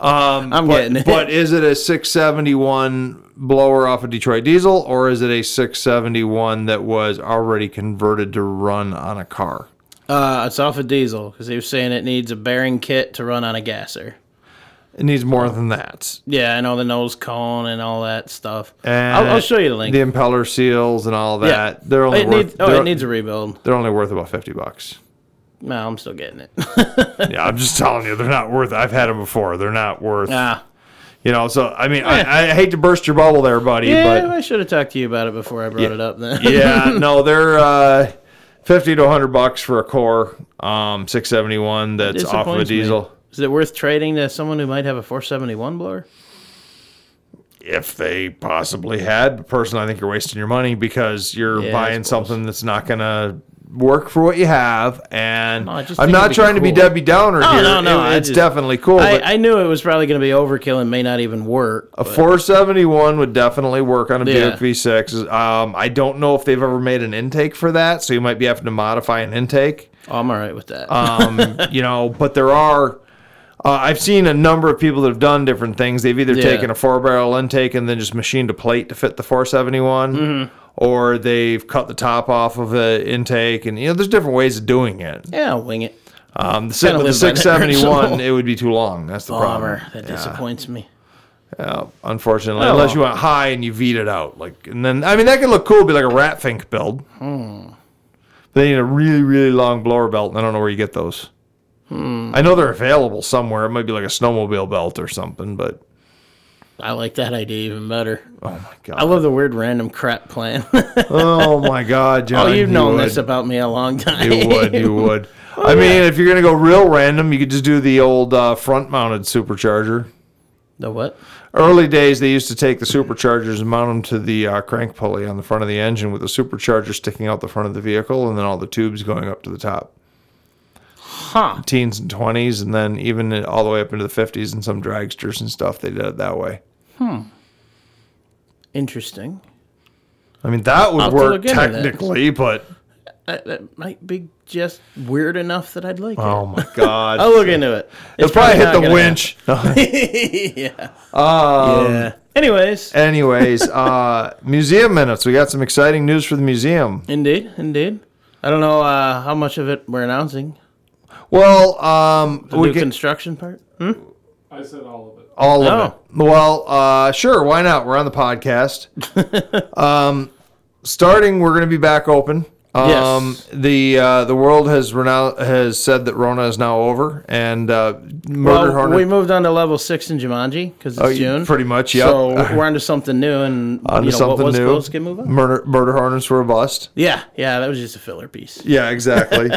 C: I'm getting it.
A: Um, But is it a 671 blower off a Detroit diesel, or is it a 671 that was already converted to run on a car?
C: uh, it's off a diesel because he was saying it needs a bearing kit to run on a gasser.
A: It needs more
C: Oh.
A: than that.
C: Yeah, and all the nose cone and all that stuff. I'll, I'll show you the link.
A: The impeller seals and all
C: yeah,
A: that. They're only
C: it
A: worth,
C: needs, oh,
A: they're,
C: it needs a rebuild.
A: they're only worth about fifty bucks.
C: No, I'm still getting it.
A: yeah, I'm just telling you, they're not worth. I've had them before. They're not worth.
C: ah,
A: You know, so I mean, I, I hate to burst your bubble there, buddy,
C: yeah,
A: but
C: I should have talked to you about it before I brought it up. Then
A: yeah, no, they're uh, fifty to hundred bucks for a core um, six seventy one that's off of a
C: Disappoints me.
A: diesel.
C: Is it worth trading to someone who might have a 471 blower?
A: If they possibly had, but personally, I think you're wasting your money because you're
C: Yeah, I
A: buying
C: suppose.
A: something that's not gonna. Work for what you have, and
C: No, I just
A: I'm
C: think
A: not
C: it'd be
A: trying to be
C: cool.
A: Debbie Downer
C: No,
A: here.
C: no, no,
A: It-
C: I
A: it's
C: just-
A: definitely cool. but-
C: I, I knew it was probably going to be overkill and may not even work.
A: A 471 would definitely work on a
C: Yeah.
A: Buick V6. Um, I don't know if they've ever made an intake for that, so you might be having to modify an intake.
C: Oh, I'm all right with that.
A: Um, you know, but there are. Uh, I've seen a number of people that have done different things. They've either
C: Yeah.
A: taken a four barrel intake and then just machined a plate to fit the 471,
C: Mm-hmm.
A: or they've cut the top off of the intake. And, you know, there's different ways of doing it.
C: yeah, I'll wing it.
A: Um, the, si-
C: Kinda
A: with the
C: live by that
A: 671,
C: principle.
A: it would be too long. That's the
C: Bummer.
A: problem.
C: That disappoints me.
A: unfortunately.
C: Oh,
A: Unless
C: well.
A: you went high and you V'd it out. Like and then I mean that could look cool, be like a Ratfink build.
C: Hmm.
A: But they need a really, really long blower belt, and I don't know where you get those.
C: Hmm.
A: I know they're available somewhere. It might be like a snowmobile belt or something, but
C: I like that idea even better.
A: oh my god.
C: I love the weird random crap plan.
A: oh my god, John.
C: oh, you've
A: you
C: known
A: would.
C: this Oh, about me a long time.
A: You would, you would. I mean, if you're gonna go real random, you could just do the old uh, front-mounted supercharger.
C: the what?
A: Early days, they used to take the superchargers and mount them to the uh, crank pulley on the front of the engine with the supercharger sticking out the front of the vehicle and then all the tubes going up to the top.
C: Huh.
A: Teens and 20s, and then even all the way up into the 50s and some dragsters and stuff, they did it that way.
C: Interesting.
A: I mean, that would
C: I'll have to
A: work
C: look into that.
A: technically, but
C: that, that might be just weird enough that I'd like
A: Oh
C: it.
A: my god.
C: I'll look into it.
A: It'll probably hit
C: not
A: the
C: gonna
A: winch.
C: happen. yeah. yeah. Anyways,
A: Um, Anyways, uh, museum minutes. We got some exciting news for the museum.
C: indeed, indeed. I don't know uh, how much of it we're announcing.
A: Well, um,
C: The
A: we
C: new
A: can
C: construction part.
B: I said all of it.
A: all of
C: Oh.
A: it. Well, uh, sure. Why not? We're on the podcast. um, starting, we're going to be back open. Um,
C: Yes.
A: The uh, the world has renow- has said that Rona is now over, and uh, murder
C: Well,
A: hornet.
C: we moved on to level six in Jumanji because it's
A: Oh, y-
C: June.
A: pretty much, yeah.
C: So we're onto something new and
A: onto
C: you know,
A: something
C: what was
A: new. Mm.
C: supposed to get moved on.
A: Murder murder hornets were a bust.
C: Yeah, yeah, that was just a filler piece.
A: Yeah, exactly.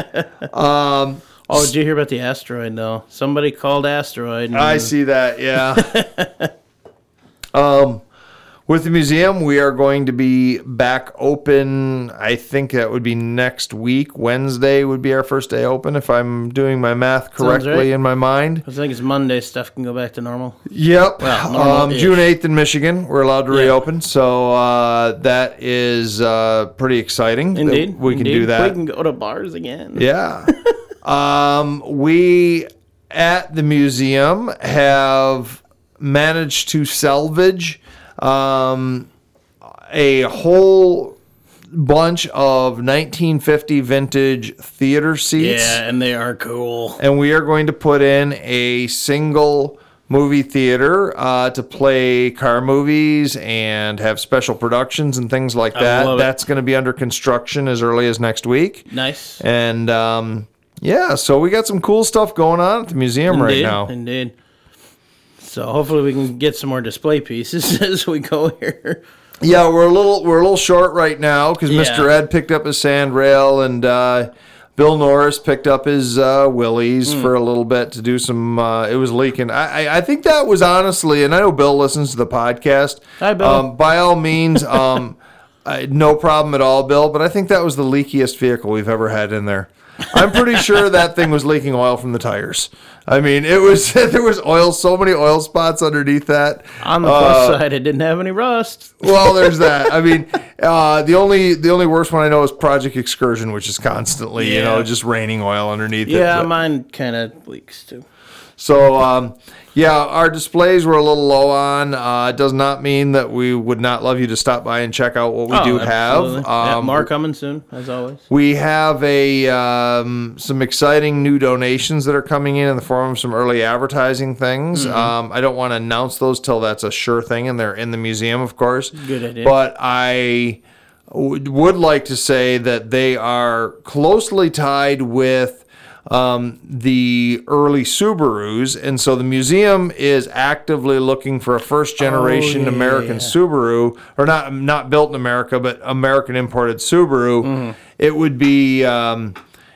C: Oh, did you hear about the asteroid though? Somebody called asteroid. and-
A: I see that. Yeah. um, with the museum, we are going to be back open. I think that would be next week. Wednesday would be our first day open, if I'm doing my math correctly
C: right.
A: in my mind.
C: I think it's Monday. Stuff can go back to normal.
A: Yep.
C: Well,
A: um,
C: normal-ish.
A: June 8th in Michigan, we're allowed to reopen. So uh, that is uh, pretty exciting. that
C: Indeed,
A: we can
C: indeed.
A: do that.
C: We can go to bars again.
A: Yeah. um, we at the museum have managed to salvage um, a whole bunch of 1950 vintage theater seats.
C: Yeah, and they are cool.
A: And we are going to put in a single movie theater uh, to play car movies and have special productions and things like that.
C: love it.
A: That's going to be under construction as early as next week.
C: Nice.
A: And um, yeah, so we got some cool stuff going on at the museum right
C: Indeed,
A: now.
C: Indeed. So hopefully we can get some more display pieces as we go here.
A: yeah, we're a little we're a little short right now because
C: Yeah.
A: Mr. Ed picked up his sandrail and uh, Bill Norris picked up his uh, willies
C: Hmm.
A: for a little bit to do some. Uh, it was leaking. I, I I think that was honestly, and I know Bill listens to the podcast.
C: Hi, Bill.
A: Um, by all means, um, I, no problem at all, Bill. But I think that was the leakiest vehicle we've ever had in there. I'm pretty sure that thing was leaking oil from the tires. I mean, it was there was oil, so many oil spots underneath that.
C: On the plus side, it didn't have any rust.
A: Well, there's that. I mean, uh, the only the only worst one I know is Project Excursion, which is constantly, you know,
C: Yeah.
A: just raining oil underneath it.
C: Yeah,
A: But-
C: mine kind of leaks too.
A: So, um, yeah, our displays were a little low on. Uh, it does not mean that we would not love you to stop by and check out what we do
C: Oh, absolutely.
A: have.
C: Yeah,
A: Um,
C: more coming soon, as always.
A: We have a um, some exciting new donations that are coming in in the form of some early advertising things.
C: Mm-hmm.
A: Um, I don't want to announce those till that's a sure thing, and they're in the museum, of course.
C: Good idea.
A: But I w- would like to say that they are closely tied with um, the early Subarus, and so the museum is actively looking for a first generation
C: Oh, yeah, yeah,
A: American
C: yeah.
A: Subaru, or not not built in America, but American imported Subaru.
C: Mm-hmm.
A: It would be um,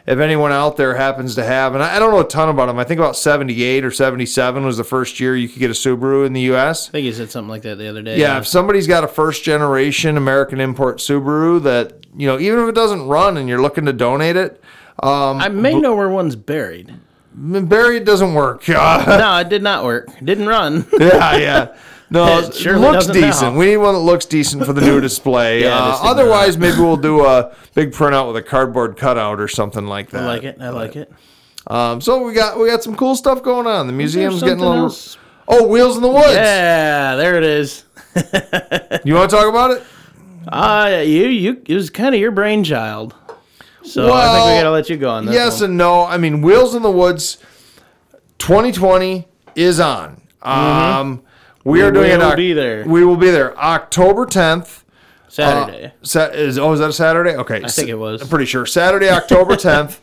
A: if anyone out there happens to have, and I I don't know a ton about them. I think about seventy eight or seventy seven was the first year you could get a Subaru in the U.S.
C: I think he said something like that the other day.
A: Yeah, if somebody's got a first generation American import Subaru that you know, even if it doesn't run and you're looking to donate it,
C: I may know where one's buried.
A: bury it doesn't work. yeah,
C: No, it did not work. It didn't run.
A: yeah. No,
C: It surely
A: looks
C: doesn't now.
A: decent. We need one that looks decent for the new display.
C: Yeah,
A: uh,
C: this thing-
A: otherwise, maybe we'll do a big printout with a cardboard cutout or something like that.
C: I like it. I like it.
A: Um, so we got we got some cool stuff going on. The museum's
C: There's
A: getting a
C: something
A: little.
C: else.
A: Oh, Wheels in the Woods.
C: Yeah, there it is.
A: You want to talk about it?
C: Uh, you, you, it was kind of your brainchild. So I think
A: Well,
C: we gotta let you go on this.
A: yes
C: one.
A: and no. I mean, Wheels in the Woods 2020 is on. Um, we, are doing it.
C: Mm-hmm. will
A: Oc-
C: be there.
A: We will be there October 10th. uh,
C: Saturday.
A: Sa- is, oh, is that a Saturday? Okay. I
C: think it was.
A: I'm pretty sure. Saturday, October 10th.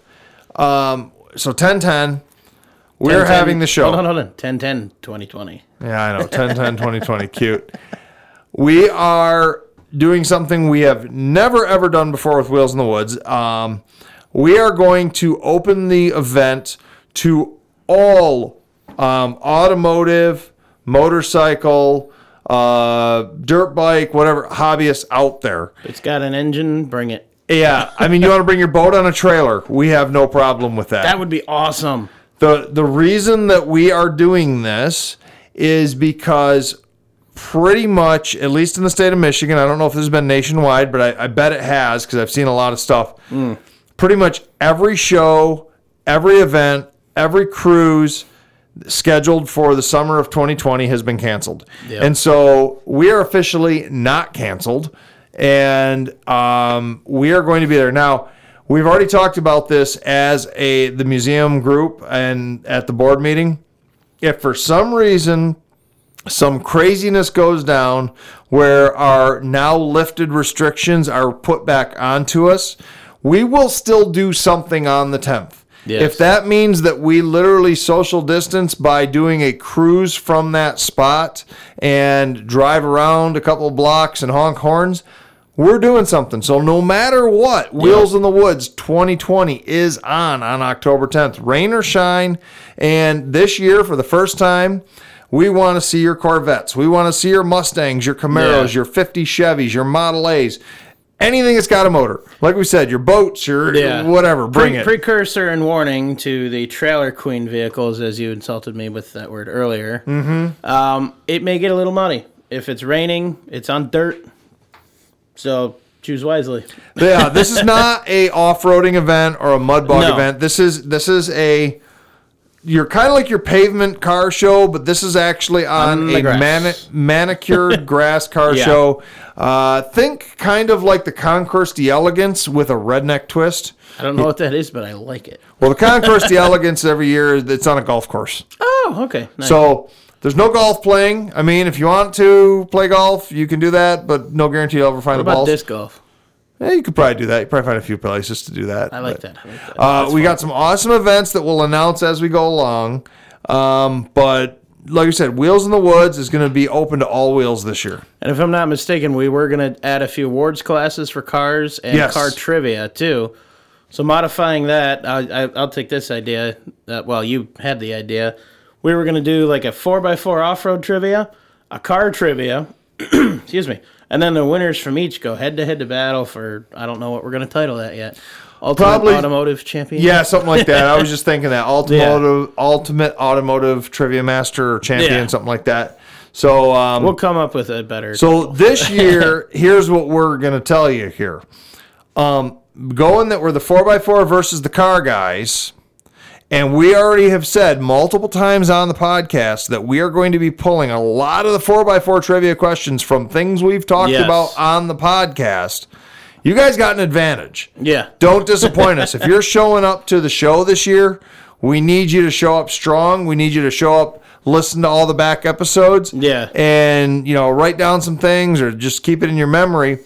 A: Um, so 10 10. We're
C: 10, 10
A: having the show.
C: Hold on, hold on. 10 10 2020.
A: Yeah, I know. 10 10 2020. Cute. We are doing something we have never ever done before with Wheels in the Woods. Um, we are going to open the event to all um, automotive, motorcycle, uh, dirt bike, whatever hobbyists out there.
C: It's got an engine. Bring it.
A: Yeah, I mean, you want to bring your boat on a trailer? We have no problem with
C: That would be awesome.
A: the the reason that we are doing this is because pretty much at least in the state of michigan i don't know if this has been nationwide but i, I bet it has because i've seen a lot of stuff pretty much every show, every event, every cruise scheduled for the summer of 2020 has been canceled. And so we are officially not canceled and um, we are going to be there. Now, we've already talked about this as a the museum group and at the board meeting. If for some reason some craziness goes down where our now lifted restrictions are put back onto us, we will still do something on the 10th.
C: Yes.
A: If that means that we literally social distance by doing a cruise from that spot and drive around a couple blocks and honk horns, we're doing something. So no matter what, Wheels in the Woods 2020 is on on October 10th, rain or shine. And this year, for the first time, we want to see your Corvettes. We want to see your Mustangs, your Camaros,
C: Yeah.
A: your 50 Chevys, your Model A's, anything that's got a motor. Like we said, your boats, your
C: Yeah.
A: whatever. Bring
C: Pre-
A: it.
C: Precursor and warning to the trailer queen vehicles, as you insulted me with that word earlier. Mm-hmm. Um, it may get a little muddy if it's raining. It's on dirt, so choose wisely.
A: yeah, this is not a off-roading event or a mud bog
C: No.
A: event. This is this is a you're kind of like your pavement car show, but this is actually on
C: On the
A: a
C: grass.
A: mani- manicured grass car
C: Yeah.
A: show. Uh, think kind of like the Concourse de Elegance with a redneck twist.
C: I don't know what that is, but I like it.
A: Well, the Concourse de Elegance every year it's on a golf course.
C: Oh, okay. Nice.
A: So there's no golf playing. I mean, if you want to play golf, you can do that, but no guarantee you'll ever find
C: what
A: the
C: about
A: balls.
C: disc golf?
A: Yeah, you could probably do that. You probably find a few places to do that.
C: I like
A: but-
C: that. I like that.
A: Uh, we got some awesome events that we'll announce as we go along. Um, but like I said, Wheels in the Woods is going to be open to all wheels this year.
C: And if I'm not mistaken, we were going to add a few awards classes for cars and
A: Yes.
C: car trivia too. So modifying that, I, I, I'll take this idea. Uh, well, you had the idea. We were going to do like a four x four off road trivia, a car trivia, excuse me, and then the winners from each go head to head to battle for I don't know what we're going to title that yet. Ultimate
A: Probably-
C: automotive champion.
A: Yeah, something like that. I was just thinking that ultimate
C: Yeah.
A: automotive, ultimate automotive trivia master or champion,
C: Yeah.
A: something like that. So um,
C: we'll come up with a better.
A: So this year, here's what we're going to tell you here. Um, going that we're the 4x4 versus the car guys. And we already have said multiple times on the podcast that we are going to be pulling a lot of the 4x4 trivia questions from things we've talked
C: Yes.
A: about on the podcast. You guys got an advantage.
C: yeah,
A: Don't disappoint us. If you're showing up to the show this year, we need you to show up strong. We need you to show up, listen to all the back episodes.
C: Yeah.
A: And, you know, write down some things or just keep it in your memory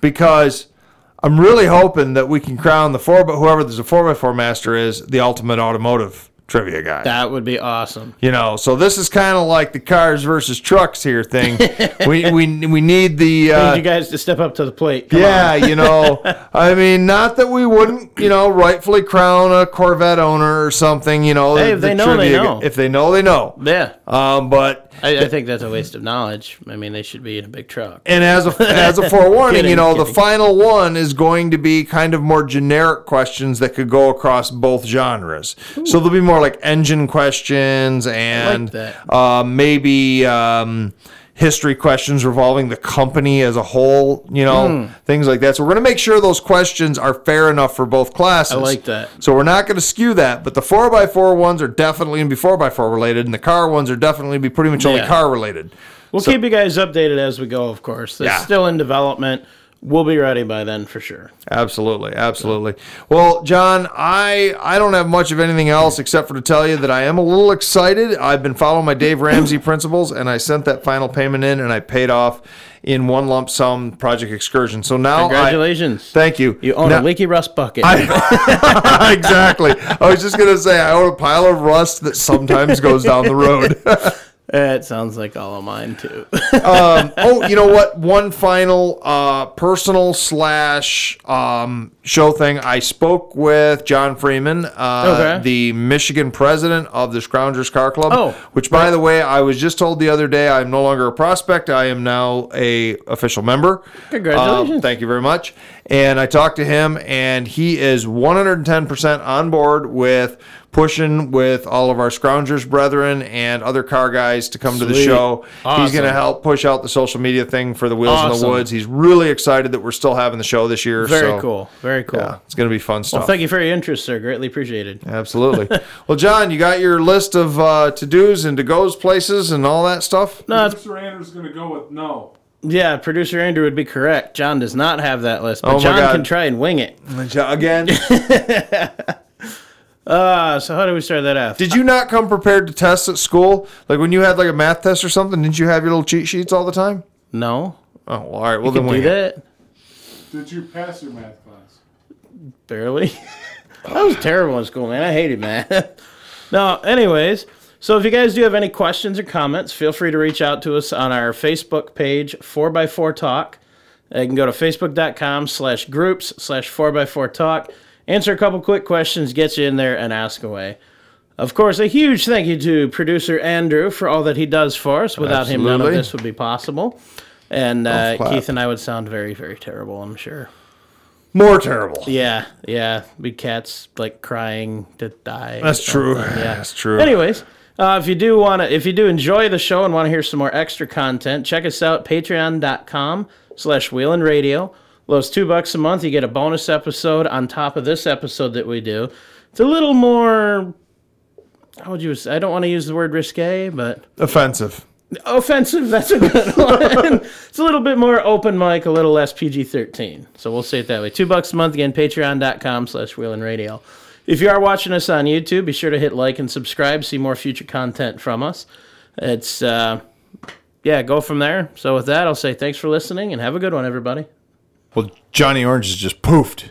A: because I'm really hoping that we can crown the four, but whoever the four by four master is, the ultimate automotive trivia guy.
C: that would be awesome.
A: You know, so this is kind of like the cars versus trucks here thing. we, we, we need the. Uh,
C: I need you guys to step up to the plate. Come on.
A: yeah, you know, I mean, not that we wouldn't, you know, rightfully crown a Corvette owner or something, you know.
C: Hey, if they know, they
A: trivia-
C: know.
A: If they know, they know.
C: yeah.
A: Um, but
C: I, I think that's a waste of knowledge. I mean, they should be in a big truck.
A: and as a as a forewarning,
C: Kidding,
A: you know, the
C: kidding.
A: final one is going to be kind of more generic questions that could go across both genres. So there'll be more like engine questions and
C: that.
A: uh, maybe um, history questions revolving the company as a whole, you know,
C: Hmm.
A: things like that. So we're going to make sure those questions are fair enough for both classes. I
C: like that.
A: So we're not going to skew that, but the 4x4 ones are definitely going to be 4x4 related, and the car ones are definitely going to be pretty much only
C: Yeah.
A: car related.
C: We'll keep you guys updated as we go, of course. It's
A: Yeah.
C: still in development. We'll be ready by then for sure.
A: Absolutely, absolutely. Well, John, I I don't have much of anything else except for to tell you that I am a little excited. I've been following my Dave Ramsey principles, and I sent that final payment in, and I paid off in one lump sum Project Excursion. So now, I-
C: Congratulations.
A: thank you.
C: you own
A: Now-
C: a leaky rust bucket.
A: exactly. I was just gonna say I own a pile of rust that sometimes goes down the road.
C: that sounds like all of mine, too.
A: oh, you know what? One final uh, personal slash um, show thing. I spoke with John Freeman, uh,
C: Okay.
A: the Michigan president of the Scroungers Car Club.
C: Oh,
A: which, by the way, I was just told the other day I am no longer a prospect. I am now a official member.
C: Congratulations.
A: Um, thank you very much. And I talked to him, and he is 110% on board with pushing with all of our scroungers brethren and other car guys to come to the
C: Sweet.
A: show. He's
C: Awesome.
A: going to help push out the social media thing for the Wheels in the
C: Awesome.
A: Woods. He's really excited that we're still having the show this year.
C: Very
A: so,
C: cool. Very cool.
A: Yeah, it's going to be fun stuff.
C: Well, thank you for your interest, sir. Greatly appreciated.
A: Absolutely. well, John, you got your list of uh, to dos and to goes places and all that stuff.
C: No, it's,
B: Mr. Anders going to go with no.
C: Uh, yeah, producer Andrew would be correct. John does not have that list,
A: Oh
C: but
A: my
C: John
A: God.
C: can try and wing it.
A: Again,
C: Uh, so how do we start that off?
A: did you not come prepared to test at school? Like when you had like a math test or something, didn't you have your little cheat sheets all the time?
C: no,
A: Oh, well, all right. Well, then
C: can
A: we
C: do that.
B: Did you pass your math class?
C: Barely. I was terrible in school, man. I hated math. no, anyways, so if you guys do have any questions or comments, feel free to reach out to us on our Facebook page, 4x4 Talk. Uh, You can go to facebook.com slash groups slash 4x4 Talk. Answer a couple quick questions, get you in there, and ask away. Of course, a huge thank you to producer Andrew for all that he does for us. Without him, none of
A: Absolutely.
C: this would be possible. And
A: Golf
C: uh,
A: clap.
C: Keith and I would sound very, very terrible, I'm sure.
A: more terrible.
C: Yeah, yeah. We cats like crying to die.
A: That's true. That's true.
C: Anyways, uh, if you do want to, if you do enjoy the show and want to hear some more extra content, check us out patreon.com slash wheelin' radio. Those two bucks a month, you get a bonus episode on top of this episode that we do. It's a little more. How would you? Say? I don't want to use the word risque, but
A: Offensive.
C: offensive. That's a good one. it's a little bit more open mic, a little less PG thirteen. So we'll say it that way. Two bucks a month again. Patreon.com slash Wheelin' Radio. If you are watching us on YouTube, be sure to hit like and subscribe. See more future content from us. It's uh, yeah, go from there. So with that, I'll say thanks for listening and have a good one, everybody.
A: Well, Johnny Orange is just poofed.